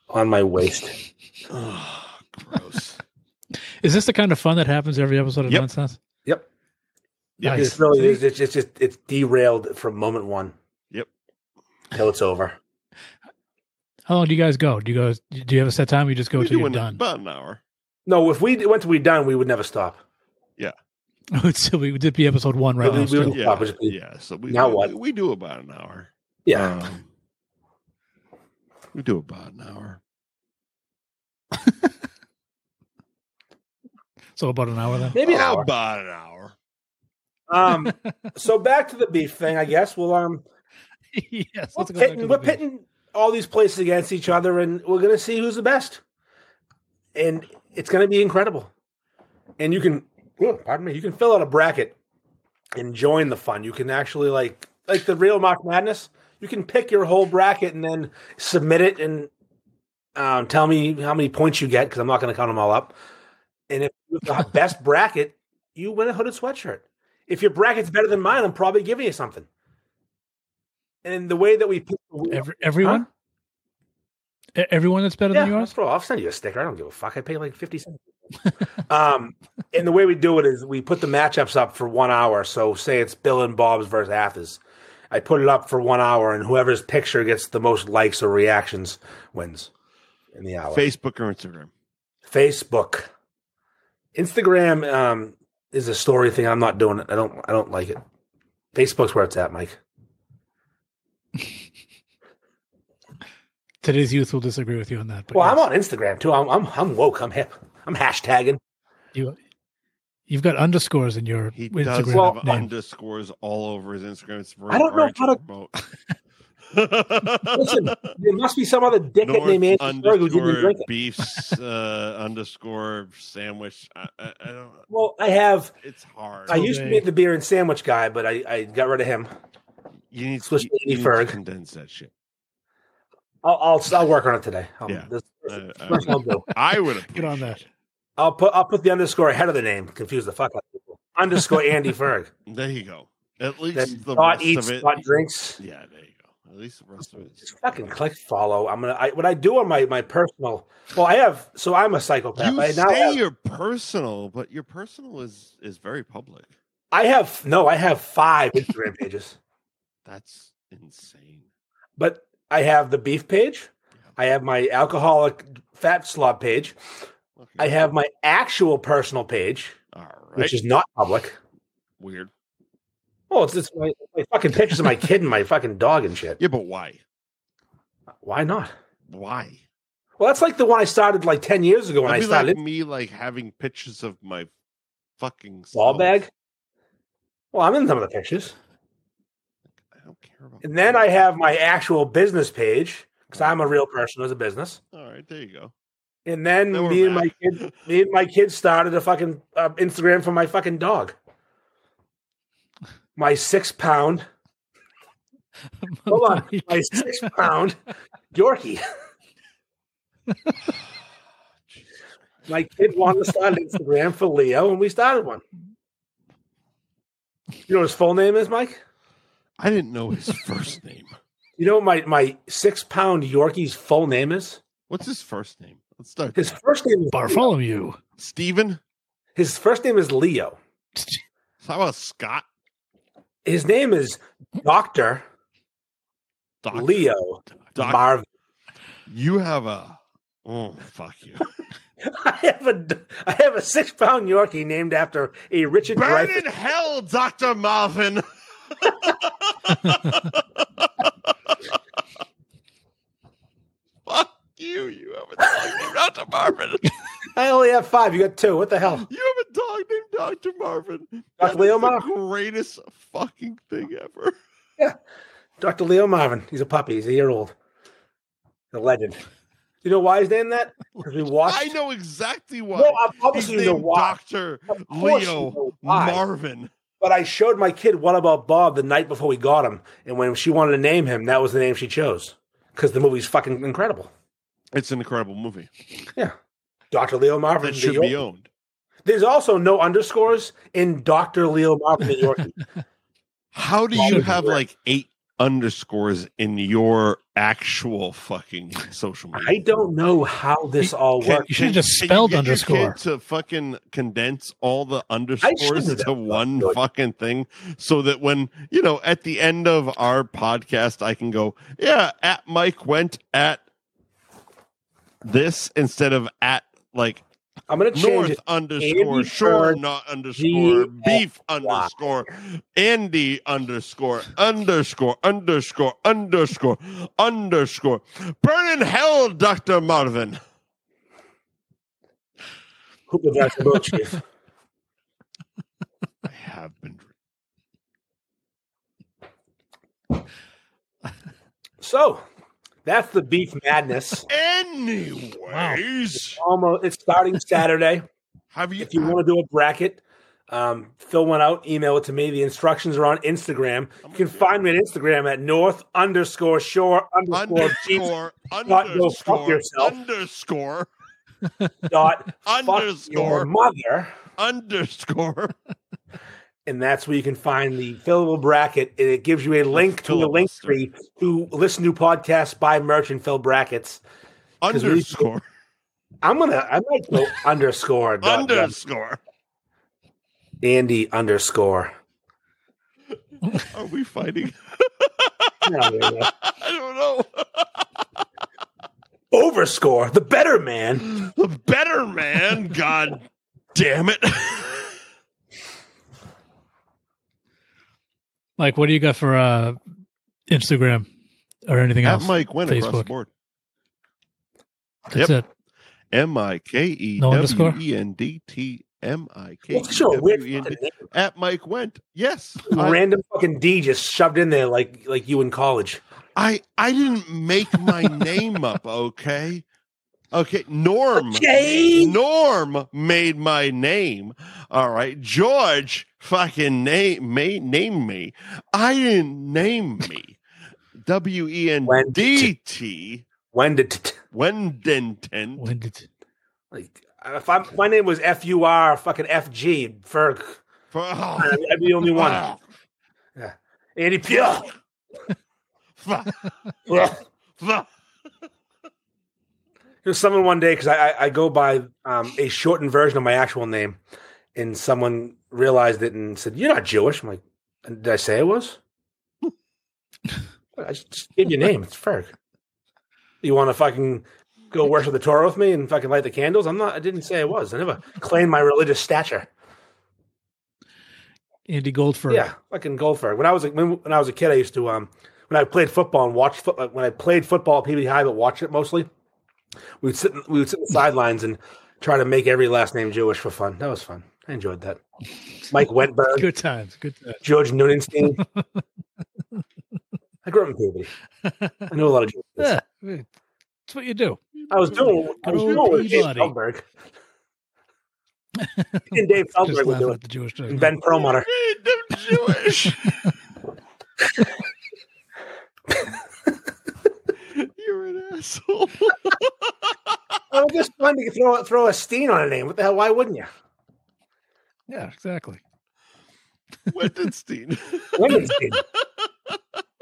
Speaker 7: on my waist.
Speaker 8: Oh, gross.
Speaker 6: is this the kind of fun that happens every episode of
Speaker 8: Yep.
Speaker 6: Nonsense?
Speaker 7: Yep.
Speaker 8: Yep.
Speaker 6: Nice.
Speaker 7: It's really it's, it's just it's, derailed from moment one.
Speaker 8: Yep.
Speaker 7: Till it's over.
Speaker 6: How long do you guys go? Do you guys do you have a set time? Or you just go
Speaker 8: We
Speaker 6: till
Speaker 8: do
Speaker 6: you're
Speaker 8: in
Speaker 6: done.
Speaker 8: about an hour.
Speaker 7: No, if we went to we done, we would never stop.
Speaker 6: so we did be episode one right
Speaker 7: We-
Speaker 6: now.
Speaker 7: we-
Speaker 6: still.
Speaker 7: Yeah,
Speaker 8: Yeah,
Speaker 7: but-
Speaker 8: yeah. So we
Speaker 7: Now
Speaker 8: we,
Speaker 7: what?
Speaker 8: we do about an hour.
Speaker 6: Oh.
Speaker 7: Yeah.
Speaker 8: Um, we do about an hour.
Speaker 6: So about an hour then.
Speaker 7: Maybe an hour.
Speaker 8: About an hour.
Speaker 7: Um, so back to the beef thing, I guess. We'll um,
Speaker 6: yes.
Speaker 7: we're,
Speaker 6: Let's go back to
Speaker 7: pitting,
Speaker 6: the
Speaker 7: we're
Speaker 6: beef.
Speaker 7: pitting all these places against each other, and we're gonna see who's the best. And it's gonna be incredible. And you can, oh, pardon me, you can fill out a bracket and join the fun. You can actually like, like the real mock madness. You can pick your whole bracket and then submit it and um, tell me how many points you get because I'm not going to count them all up. And if you have the best bracket, you win a hooded sweatshirt. If your bracket's better than mine, I'm probably giving you something. And the way that we pick,
Speaker 6: Every, everyone. E- Everyone that's better
Speaker 7: yeah,
Speaker 6: than yours.
Speaker 7: that's what- I'll send you a sticker. I don't give a fuck. I pay like fifty cents. um, and the way we do it is we put the matchups up for one hour. So say it's Bill and Bob's versus Athens. I put it up for one hour, and whoever's picture gets the most likes or reactions wins in the hour.
Speaker 8: Facebook or Instagram.
Speaker 7: Facebook, Instagram um, is a story thing. I'm not doing it. I don't. I don't like it. Facebook's where it's at, Mike.
Speaker 6: Today's youth will disagree with you on that. But
Speaker 7: Well, I'm
Speaker 6: yes.
Speaker 7: on Instagram too. I'm I'm, I'm woke. I'm hip. I'm hashtagging.
Speaker 6: you. You've got underscores in your
Speaker 8: He does
Speaker 6: Instagram
Speaker 8: have
Speaker 6: name.
Speaker 8: underscores all over his Instagram. It's very
Speaker 7: I don't know
Speaker 8: hard
Speaker 7: how to-
Speaker 8: promote.
Speaker 7: Listen, there must be some other dickhead named
Speaker 8: North
Speaker 7: Andy Berg who didn't
Speaker 8: underscore
Speaker 7: drink it.
Speaker 8: beefs uh, underscore sandwich. I, I, I don't.
Speaker 7: Well, I have.
Speaker 8: It's hard.
Speaker 7: I used to be the beer and sandwich guy, but I, I got rid of him.
Speaker 8: you need,
Speaker 7: Swiss
Speaker 8: you,
Speaker 7: Andy
Speaker 8: you need to
Speaker 7: Ferg.
Speaker 8: condense that shit.
Speaker 7: I'll I'll, I'll work on it today. I'll,
Speaker 8: Yeah. Uh,
Speaker 7: this- this-
Speaker 8: I- I-
Speaker 7: this I'll do.
Speaker 8: I would
Speaker 6: Get on that.
Speaker 7: I'll put I'll put the underscore ahead of the name. Confuse the fuck out of people. Underscore Andy Ferg.
Speaker 8: There you go. At least
Speaker 7: That
Speaker 8: the
Speaker 7: thought
Speaker 8: rest
Speaker 7: eats,
Speaker 8: of it.
Speaker 7: thought drinks.
Speaker 8: Yeah, there you go. At least the rest of it. is-
Speaker 7: Just fucking click follow. I'm gonna. I, what I do on my my personal. Well, I have. So I'm a psychopath.
Speaker 8: You
Speaker 7: I now
Speaker 8: say
Speaker 7: have-
Speaker 8: your personal, but your personal is is very public.
Speaker 7: I have no. I have five Instagram pages,
Speaker 8: That's insane.
Speaker 7: but I have the beef page. I have my alcoholic fat slob page.
Speaker 8: Okay.
Speaker 7: I have my actual personal page,
Speaker 8: All right.
Speaker 7: which is not public.
Speaker 8: Weird.
Speaker 7: Well, it's just my, my fucking pictures of my kid and my fucking dog and shit.
Speaker 8: Yeah, but why?
Speaker 7: Why not?
Speaker 8: Why?
Speaker 7: Well, that's like the one I started like ten years ago when I
Speaker 8: That'd be
Speaker 7: started
Speaker 8: like me like having pictures of my fucking
Speaker 7: ball
Speaker 8: self.
Speaker 7: bag. Well, I'm in some of the pictures,
Speaker 8: I don't care about.
Speaker 7: and then I have my actual business page because I'm a real person as a business.
Speaker 8: All right, there you go.
Speaker 7: And then
Speaker 8: Now we're
Speaker 7: me and my
Speaker 8: back.
Speaker 7: kid, me and my kid started a fucking uh, Instagram for my fucking dog. My six pound, hold on, my six pound Yorkie. my kid wanted to start an Instagram for Leo, and we started one. You know what his full name is, Mike?
Speaker 8: I didn't know his first name.
Speaker 7: You know what my my six pound Yorkie's full name is?
Speaker 8: What's his first name? Let's start.
Speaker 7: His first name is
Speaker 6: Bartholomew.
Speaker 8: Steven?
Speaker 7: His first name is Leo.
Speaker 8: How about Scott?
Speaker 7: His name is Doctor.
Speaker 8: Doc,
Speaker 7: Leo
Speaker 8: Doc-
Speaker 7: Marvin.
Speaker 8: You have a. Oh, fuck you.
Speaker 7: I have a I have a six pound Yorkie named after a Richard
Speaker 8: Burn
Speaker 7: Dreyfuss.
Speaker 8: in hell, Dr. Marvin. fuck you. You have a dog named Dr. Marvin.
Speaker 7: I only have five. You got two. What the hell?
Speaker 8: You have a dog named Dr. Marvin.
Speaker 7: Dr.
Speaker 8: That
Speaker 7: Leo
Speaker 8: is the
Speaker 7: Marvin.
Speaker 8: greatest fucking thing ever.
Speaker 7: Dr. Leo Marvin. He's a puppy. He's a year old. The legend. You know why he's named that? Because we watched.
Speaker 8: I know exactly why.
Speaker 7: Well, ob- obviously
Speaker 8: He's
Speaker 7: you know
Speaker 8: named
Speaker 7: why.
Speaker 8: Dr.
Speaker 7: Of course you
Speaker 8: Leo
Speaker 7: know why.
Speaker 8: Marvin.
Speaker 7: But I showed my kid What About Bob the night before we got him, and when she wanted to name him, that was the name she chose because the movie's fucking incredible.
Speaker 8: It's an incredible movie
Speaker 7: Yeah, Doctor Leo Marvin.
Speaker 8: that
Speaker 7: the
Speaker 8: should be
Speaker 7: Yorkie.
Speaker 8: owned.
Speaker 7: There's also no underscores in Doctor Leo Marvin the Yorkie.
Speaker 8: How do
Speaker 7: Should
Speaker 8: you
Speaker 7: be
Speaker 8: have
Speaker 7: worth.
Speaker 8: like eight underscores in your actual fucking social media?
Speaker 7: I don't know how this all
Speaker 8: Can-
Speaker 7: works.
Speaker 6: You should've
Speaker 8: can-
Speaker 6: just
Speaker 8: can you
Speaker 6: spelled
Speaker 8: get your
Speaker 6: underscore.
Speaker 8: kid to fucking condense all the underscores
Speaker 7: have
Speaker 8: to
Speaker 7: done
Speaker 8: one
Speaker 7: that.
Speaker 8: fucking thing, so that when you know at the end of our podcast, I can go, yeah, at Mike went at this instead of at like
Speaker 7: I'm gonna change
Speaker 8: North
Speaker 7: it.
Speaker 8: underscore
Speaker 7: Andy
Speaker 8: Shore
Speaker 7: Bird,
Speaker 8: not underscore
Speaker 7: G-
Speaker 8: Beef underscore Andy underscore underscore underscore underscore underscore Burn in hell, Doctor Marvin.
Speaker 7: Hooper drives the boat, Chief.
Speaker 8: I have been. drinking.
Speaker 7: So that's the beef madness.
Speaker 8: Anyways,
Speaker 7: Almost, it's starting Saturday.
Speaker 8: have you?
Speaker 7: If you want to do a bracket, um, fill one out, email it to me. The instructions are on Instagram. You can find me on Instagram at north underscore shore underscore beach
Speaker 8: underscore
Speaker 7: not go fuck
Speaker 8: underscore
Speaker 7: yourself.
Speaker 8: underscore
Speaker 7: dot fuck
Speaker 8: Underscore.
Speaker 7: your mother.
Speaker 8: underscore.
Speaker 7: And that's where you can find the fillable bracket. And it gives you a link to the link
Speaker 8: filibuster.
Speaker 7: tree to listen to podcasts, buy merch, and fill brackets. we-
Speaker 8: underscore
Speaker 7: I'm gonna I might go underscore dot- dot
Speaker 8: underscore.
Speaker 7: Andy underscore.
Speaker 8: Are we fighting?
Speaker 7: No, no, no.
Speaker 8: I don't know.
Speaker 7: Overscore, the better man.
Speaker 8: The better man. God damn it.
Speaker 6: Like, what do you got for uh, Instagram or anything
Speaker 8: At
Speaker 6: else?
Speaker 8: Mike went across the
Speaker 6: Facebook.
Speaker 8: board.
Speaker 6: That's it.
Speaker 8: M I K E
Speaker 6: No underscore?
Speaker 8: W E N D T M I K E
Speaker 7: What's your weird
Speaker 8: W E N
Speaker 7: fucking
Speaker 8: D.
Speaker 7: name?
Speaker 8: At Mike went. Yes. I-
Speaker 7: random fucking D just shoved in there like like you in college.
Speaker 8: I I didn't make my name up, okay? Okay, Norm.
Speaker 7: Okay.
Speaker 8: Norm made my name. All right. George fucking name made name me. I didn't name me. W E N D T
Speaker 7: When did t- t-
Speaker 8: Wendenton.
Speaker 6: When did
Speaker 7: like if I'm my name was F U R fucking F G Ferg,
Speaker 8: Oh,
Speaker 7: I'd I'd be the only one.
Speaker 8: fuck.
Speaker 7: Andy Pure.
Speaker 8: Fuck. Fuck.
Speaker 7: There's someone one day because I, I I go by um, a shortened version of my actual name, and someone realized it and said, "You're not Jewish." I'm like, "Did I say I was?" I just just gave you a name. It's Ferg. You want to fucking go worship the Torah with me and fucking light the candles? I'm not. I didn't say I was. I never claimed my religious stature.
Speaker 6: Andy Goldford?
Speaker 7: Yeah, fucking Goldberg. When I was a, when, when I was a kid, I used to um when I played football and watched foot, like, when I played football at PB High, but watched it mostly. We would sit in- we would sit in the sidelines and try to make every last name Jewish for fun. That was fun. I enjoyed that. Mike Wentberg,
Speaker 6: Good times. Good times.
Speaker 7: George Noonenstein. I grew up in puberty. I knew a lot of Jews.
Speaker 6: Yeah. That's what you do.
Speaker 7: I was doing I was
Speaker 6: Good
Speaker 7: doing what Dave
Speaker 6: Peabody.
Speaker 7: Feldberg. Me and Dave
Speaker 6: Just
Speaker 7: Feldberg would do
Speaker 6: laughing
Speaker 7: it.
Speaker 6: at the Jewish
Speaker 7: And
Speaker 6: name.
Speaker 7: Ben Perlmutter.
Speaker 8: I'm Jewish. You're an asshole.
Speaker 7: I was just trying to throw throw a steen on a name. What the hell? Why wouldn't you?
Speaker 6: Yeah, exactly.
Speaker 8: Wendenstein.
Speaker 7: women's team.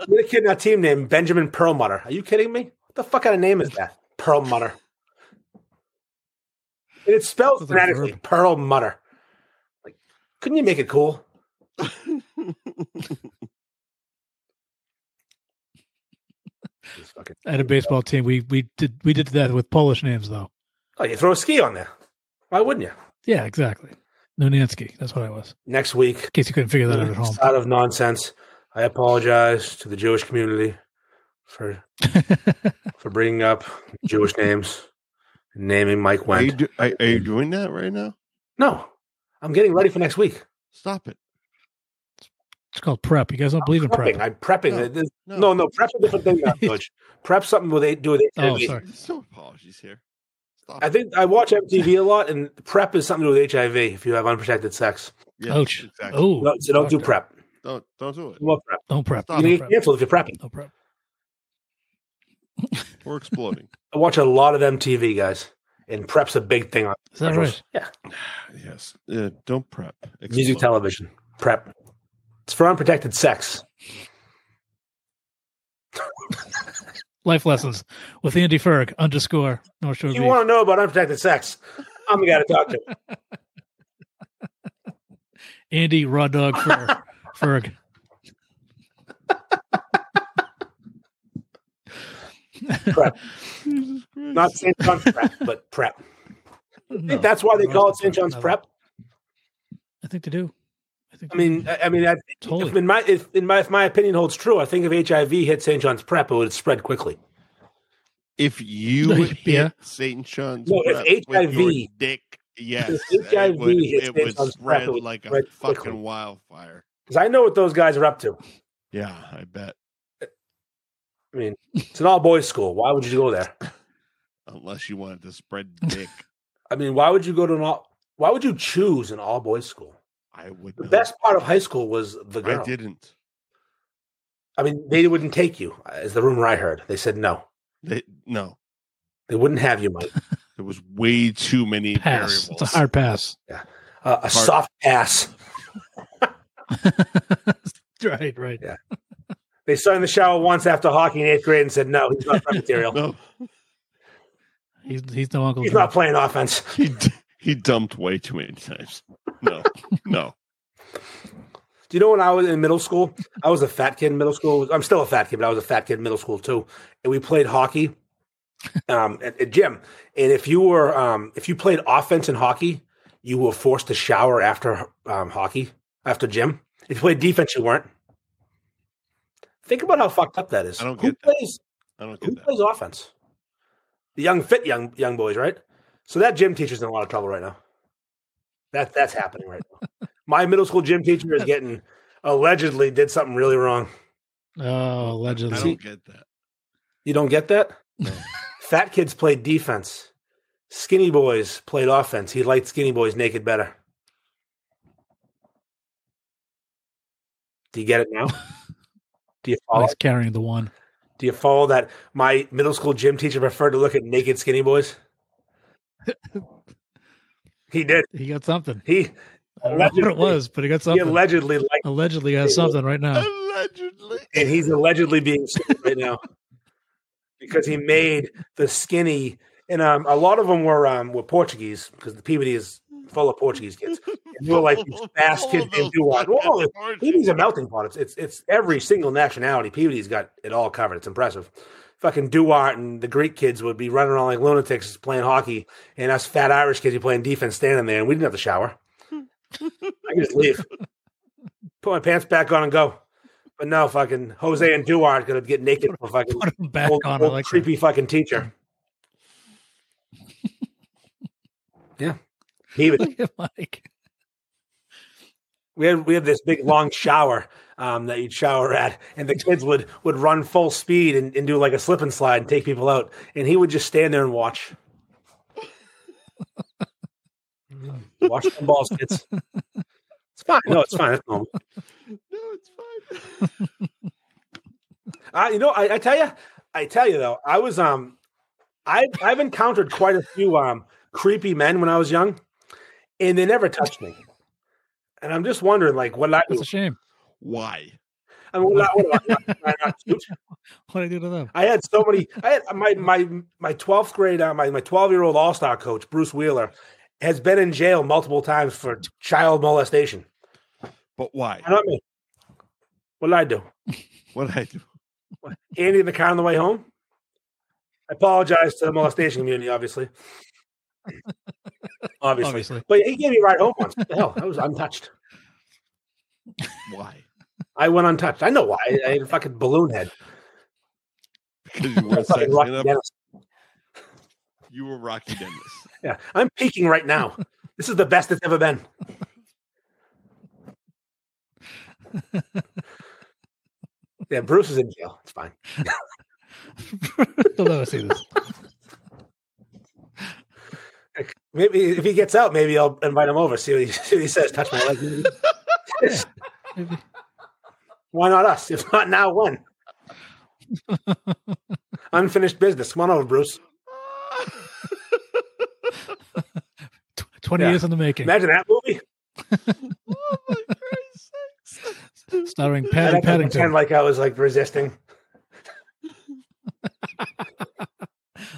Speaker 7: We had a kid in our team named Benjamin Perlmutter. Are you kidding me? What the fuck kind of name is that? Perlmutter. And it's spelled
Speaker 6: Sounds like a
Speaker 7: phonetically
Speaker 6: verb.
Speaker 7: Perlmutter. Like, couldn't you make it cool? Just fucking-
Speaker 6: At a baseball team, we we did we did that with Polish names though.
Speaker 7: oh, you throw a ski on there. Why wouldn't you?
Speaker 6: Yeah, exactly. Nunanski. That's what I was.
Speaker 7: Next week,
Speaker 6: In case you couldn't figure that out at home.
Speaker 7: out of nonsense. I apologize to the Jewish community for for bringing up Jewish names and naming Mike
Speaker 8: Are you,
Speaker 7: Wendt.
Speaker 8: do- are, are you doing that right now?
Speaker 7: No, I'm getting ready for next week.
Speaker 8: Stop it.
Speaker 6: It's called prep. You guys don't believe in
Speaker 7: prepping.
Speaker 6: prep.
Speaker 7: I'm prepping.
Speaker 8: No,
Speaker 7: This-
Speaker 8: no.
Speaker 7: No, no, prep's a different thing now, George. Prep something with eight do with HIV.
Speaker 6: Oh, sorry.
Speaker 8: There's no apologies here. Stop.
Speaker 7: I think I watch MTV a lot, and prep is something to do with HIV if you have unprotected sex.
Speaker 8: Yeah,
Speaker 6: Ouch.
Speaker 8: Exactly.
Speaker 6: Oh,
Speaker 7: No, so don't do
Speaker 6: fuck.
Speaker 7: prep.
Speaker 8: Don't don't do it.
Speaker 7: Well, prep.
Speaker 6: Don't prep.
Speaker 8: Stop.
Speaker 7: You
Speaker 6: Don't
Speaker 8: No
Speaker 7: get
Speaker 6: prep.
Speaker 7: canceled if you're prepping.
Speaker 6: Don't prep.
Speaker 8: We're exploding.
Speaker 7: I watch a lot of MTV guys, and prep's a big thing on.
Speaker 6: Is that right?
Speaker 7: Yeah,
Speaker 8: yes. Uh, don't prep.
Speaker 7: music
Speaker 8: Explode.
Speaker 7: television prep. It's for unprotected sex.
Speaker 6: Life lessons with Andy Ferg underscore North Shore
Speaker 7: You
Speaker 6: Beef.
Speaker 7: want to know about unprotected sex? I'm the guy to talk to.
Speaker 6: Andy Raw Dog Ferg. Ferg.
Speaker 7: Prep,
Speaker 8: Jesus Christ.
Speaker 7: not St. John's prep, but prep. I
Speaker 6: No,
Speaker 7: think that's why they
Speaker 6: Raw
Speaker 7: call it
Speaker 6: Dog
Speaker 7: St.
Speaker 6: Ferg.
Speaker 7: John's
Speaker 6: No,
Speaker 7: prep.
Speaker 6: I think they do. I think.
Speaker 7: I mean, I, I mean, I,
Speaker 6: Totally.
Speaker 7: if in my if in my if my opinion holds true, I think if HIV hit St. John's prep, it would spread quickly.
Speaker 8: If you
Speaker 6: Yeah.
Speaker 8: hit Saint John's
Speaker 7: No, if
Speaker 8: prep with your
Speaker 7: HIV
Speaker 8: dick, yes,
Speaker 7: If
Speaker 8: it would,
Speaker 7: HIV hit
Speaker 8: it
Speaker 7: Saint
Speaker 8: would
Speaker 7: John's prep,
Speaker 8: spread
Speaker 7: it would
Speaker 8: like a
Speaker 7: spread
Speaker 8: fucking
Speaker 7: quickly.
Speaker 8: wildfire.
Speaker 7: Because I know what those guys are up to.
Speaker 8: Yeah, I bet.
Speaker 7: I mean, it's an all boys school. Why would you go there?
Speaker 8: Unless you wanted to spread dick,
Speaker 7: I mean, why would you go to an all? Why would you choose an all boys school?
Speaker 8: I would.
Speaker 7: The
Speaker 8: not.
Speaker 7: best part of high school was the girl.
Speaker 8: I
Speaker 7: I,
Speaker 8: didn't.
Speaker 7: mean, they wouldn't take you. Is the rumor I heard? They said no.
Speaker 8: They, no,
Speaker 7: They wouldn't have you, Mike.
Speaker 8: there was way too many
Speaker 6: pass. It's
Speaker 8: variables.
Speaker 6: a hard pass.
Speaker 7: Uh, a soft ass.
Speaker 6: Right. Right.
Speaker 7: They saw him in the shower once after hockey in eighth grade and said, "No, he's not prep material.
Speaker 8: No,
Speaker 6: He's he's no Uncle
Speaker 7: He's
Speaker 6: Drew.
Speaker 7: not playing offense."
Speaker 8: he d- he dumped way too many times. No, no.
Speaker 7: Do you know when I was in middle school? I was a fat kid in middle school. I'm still a fat kid, but I was a fat kid in middle school too. And we played hockey um, at, at gym. And if you were um, if you played offense in hockey, you were forced to shower after um, hockey after gym. If you played defense, you weren't. Think about how fucked up that is.
Speaker 8: I don't
Speaker 7: who
Speaker 8: get that.
Speaker 7: plays
Speaker 8: I don't
Speaker 7: who
Speaker 8: get that.
Speaker 7: plays offense? The young fit young young boys, right? So that gym teacher's in a lot of trouble right now. That that's happening right now. My middle school gym teacher is getting allegedly did something really wrong.
Speaker 6: Oh,
Speaker 8: I
Speaker 6: allegedly.
Speaker 8: don't get that.
Speaker 7: You don't get that? Fat kids played defense. Skinny boys played offense. He liked skinny boys naked better. Do you get it now? Do you follow?
Speaker 6: Mike's carrying the one.
Speaker 7: Do you follow that? My middle school gym teacher preferred to look at naked skinny boys. he did.
Speaker 6: He got something.
Speaker 7: He
Speaker 6: I don't know what it was, but he got
Speaker 7: he
Speaker 6: something.
Speaker 7: allegedly liked,
Speaker 6: allegedly got something right now.
Speaker 8: Allegedly,
Speaker 7: and he's allegedly being sued right now because he made the skinny. And um, a lot of them were um, were Portuguese because the Peabody is full of Portuguese kids. And they were like these fast kids in Duwan. Whoa, Peabody's a melting pot. It's, it's it's every single nationality. Peabody's got it all covered. It's impressive. Fucking Duart and the Greek kids would be running around like lunatics playing hockey, and us fat Irish kids be playing defense standing there, and we didn't have to shower. I could just leave, put my pants back on, and go. But no, fucking Jose and Duart gonna get naked for fucking
Speaker 6: Put him back
Speaker 7: old,
Speaker 6: on. I
Speaker 7: old
Speaker 6: like that.
Speaker 7: creepy fucking teacher. yeah, Peabody
Speaker 6: Look at Mike.
Speaker 7: we had we had this big long shower um, that you'd shower at, and the kids would would run full speed and, and do like a slip and slide and take people out, and he would just stand there and watch. watch the balls, kids. It's fine. No, it's fine. It's normal.
Speaker 8: No, it's fine.
Speaker 7: I, Uh, you know, I, I tell you, I tell you though, I was um, I I've encountered quite a few um creepy men when I was young, and they never touched me. And I'm just wondering, like, what I
Speaker 6: That's a shame.
Speaker 8: Why?
Speaker 7: I mean, what I, what I, what I, not cute?
Speaker 6: What do I do to them?
Speaker 7: I had so many. I had my my my twelfth grade uh, my my twelve year old all star coach Bruce Wheeler has been in jail multiple times for child molestation.
Speaker 8: But why?
Speaker 7: I don't mean. What did I do?
Speaker 8: What did I do?
Speaker 7: Andy in the car on the way home. I apologize to the molestation community, obviously. obviously.
Speaker 6: Obviously.
Speaker 7: but he gave me a ride home once. What the hell, I was untouched.
Speaker 8: Why?
Speaker 7: I went untouched. I know why. I, I had a fucking balloon head.
Speaker 8: Because you were sexy
Speaker 7: Fucking Rocky
Speaker 8: enough.
Speaker 7: Dennis.
Speaker 8: You were Rocky Dennis.
Speaker 7: Yeah, I'm peaking right now. This is the best it's ever been. Yeah, Bruce is in jail. It's fine.
Speaker 6: You'll never see this.
Speaker 7: Maybe if he gets out, maybe I'll invite him over. See what he, see what he says. Touch my leg.
Speaker 6: Maybe.
Speaker 7: Why not us? If not now, when? Unfinished business. Come on over, Bruce.
Speaker 6: Tw- Twenty
Speaker 7: Yeah.
Speaker 6: years in the making.
Speaker 7: Imagine that movie.
Speaker 6: Starring
Speaker 7: I'd
Speaker 6: Patty
Speaker 7: have to
Speaker 6: Paddington,
Speaker 7: pretend like I was like resisting.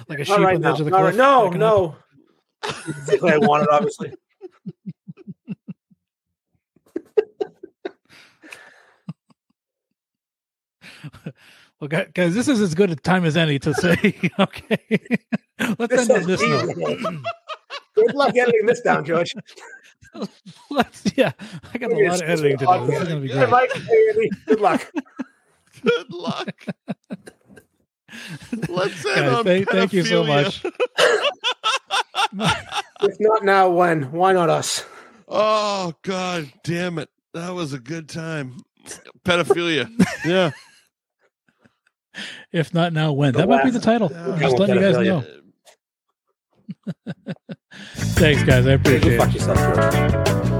Speaker 6: like a sheep
Speaker 7: All right,
Speaker 6: on the
Speaker 7: now.
Speaker 6: edge of the
Speaker 7: All
Speaker 6: cliff.
Speaker 7: right. No,
Speaker 6: looking up.
Speaker 7: no. That's what I wanted, obviously.
Speaker 6: Well, gu- guys, this is as good a time as any to say. Okay, let's
Speaker 7: This
Speaker 6: end on
Speaker 7: is
Speaker 6: this note.
Speaker 7: Good luck editing this down, George.
Speaker 6: Let's, yeah, I got a
Speaker 7: It's-
Speaker 6: lot of
Speaker 7: it's
Speaker 6: editing to do. This is
Speaker 7: awesome.
Speaker 6: going to be
Speaker 7: Hey,
Speaker 6: great.
Speaker 7: Mike, hey, Andy, Good luck.
Speaker 8: Good luck. Let's end
Speaker 6: Guys,
Speaker 8: on
Speaker 6: thank, thank you so
Speaker 8: pedophilia.
Speaker 6: much.
Speaker 7: If not now, when? Why not us?
Speaker 8: Oh god damn it. That was a good time. Pedophilia. yeah.
Speaker 6: If not now, when?
Speaker 7: The
Speaker 6: that might be the
Speaker 7: last-
Speaker 6: title.
Speaker 8: Yeah.
Speaker 6: Just letting you guys know.
Speaker 7: Pedophilia.
Speaker 6: Thanks, guys. I appreciate
Speaker 7: Go
Speaker 6: it.
Speaker 7: fuck yourself, George.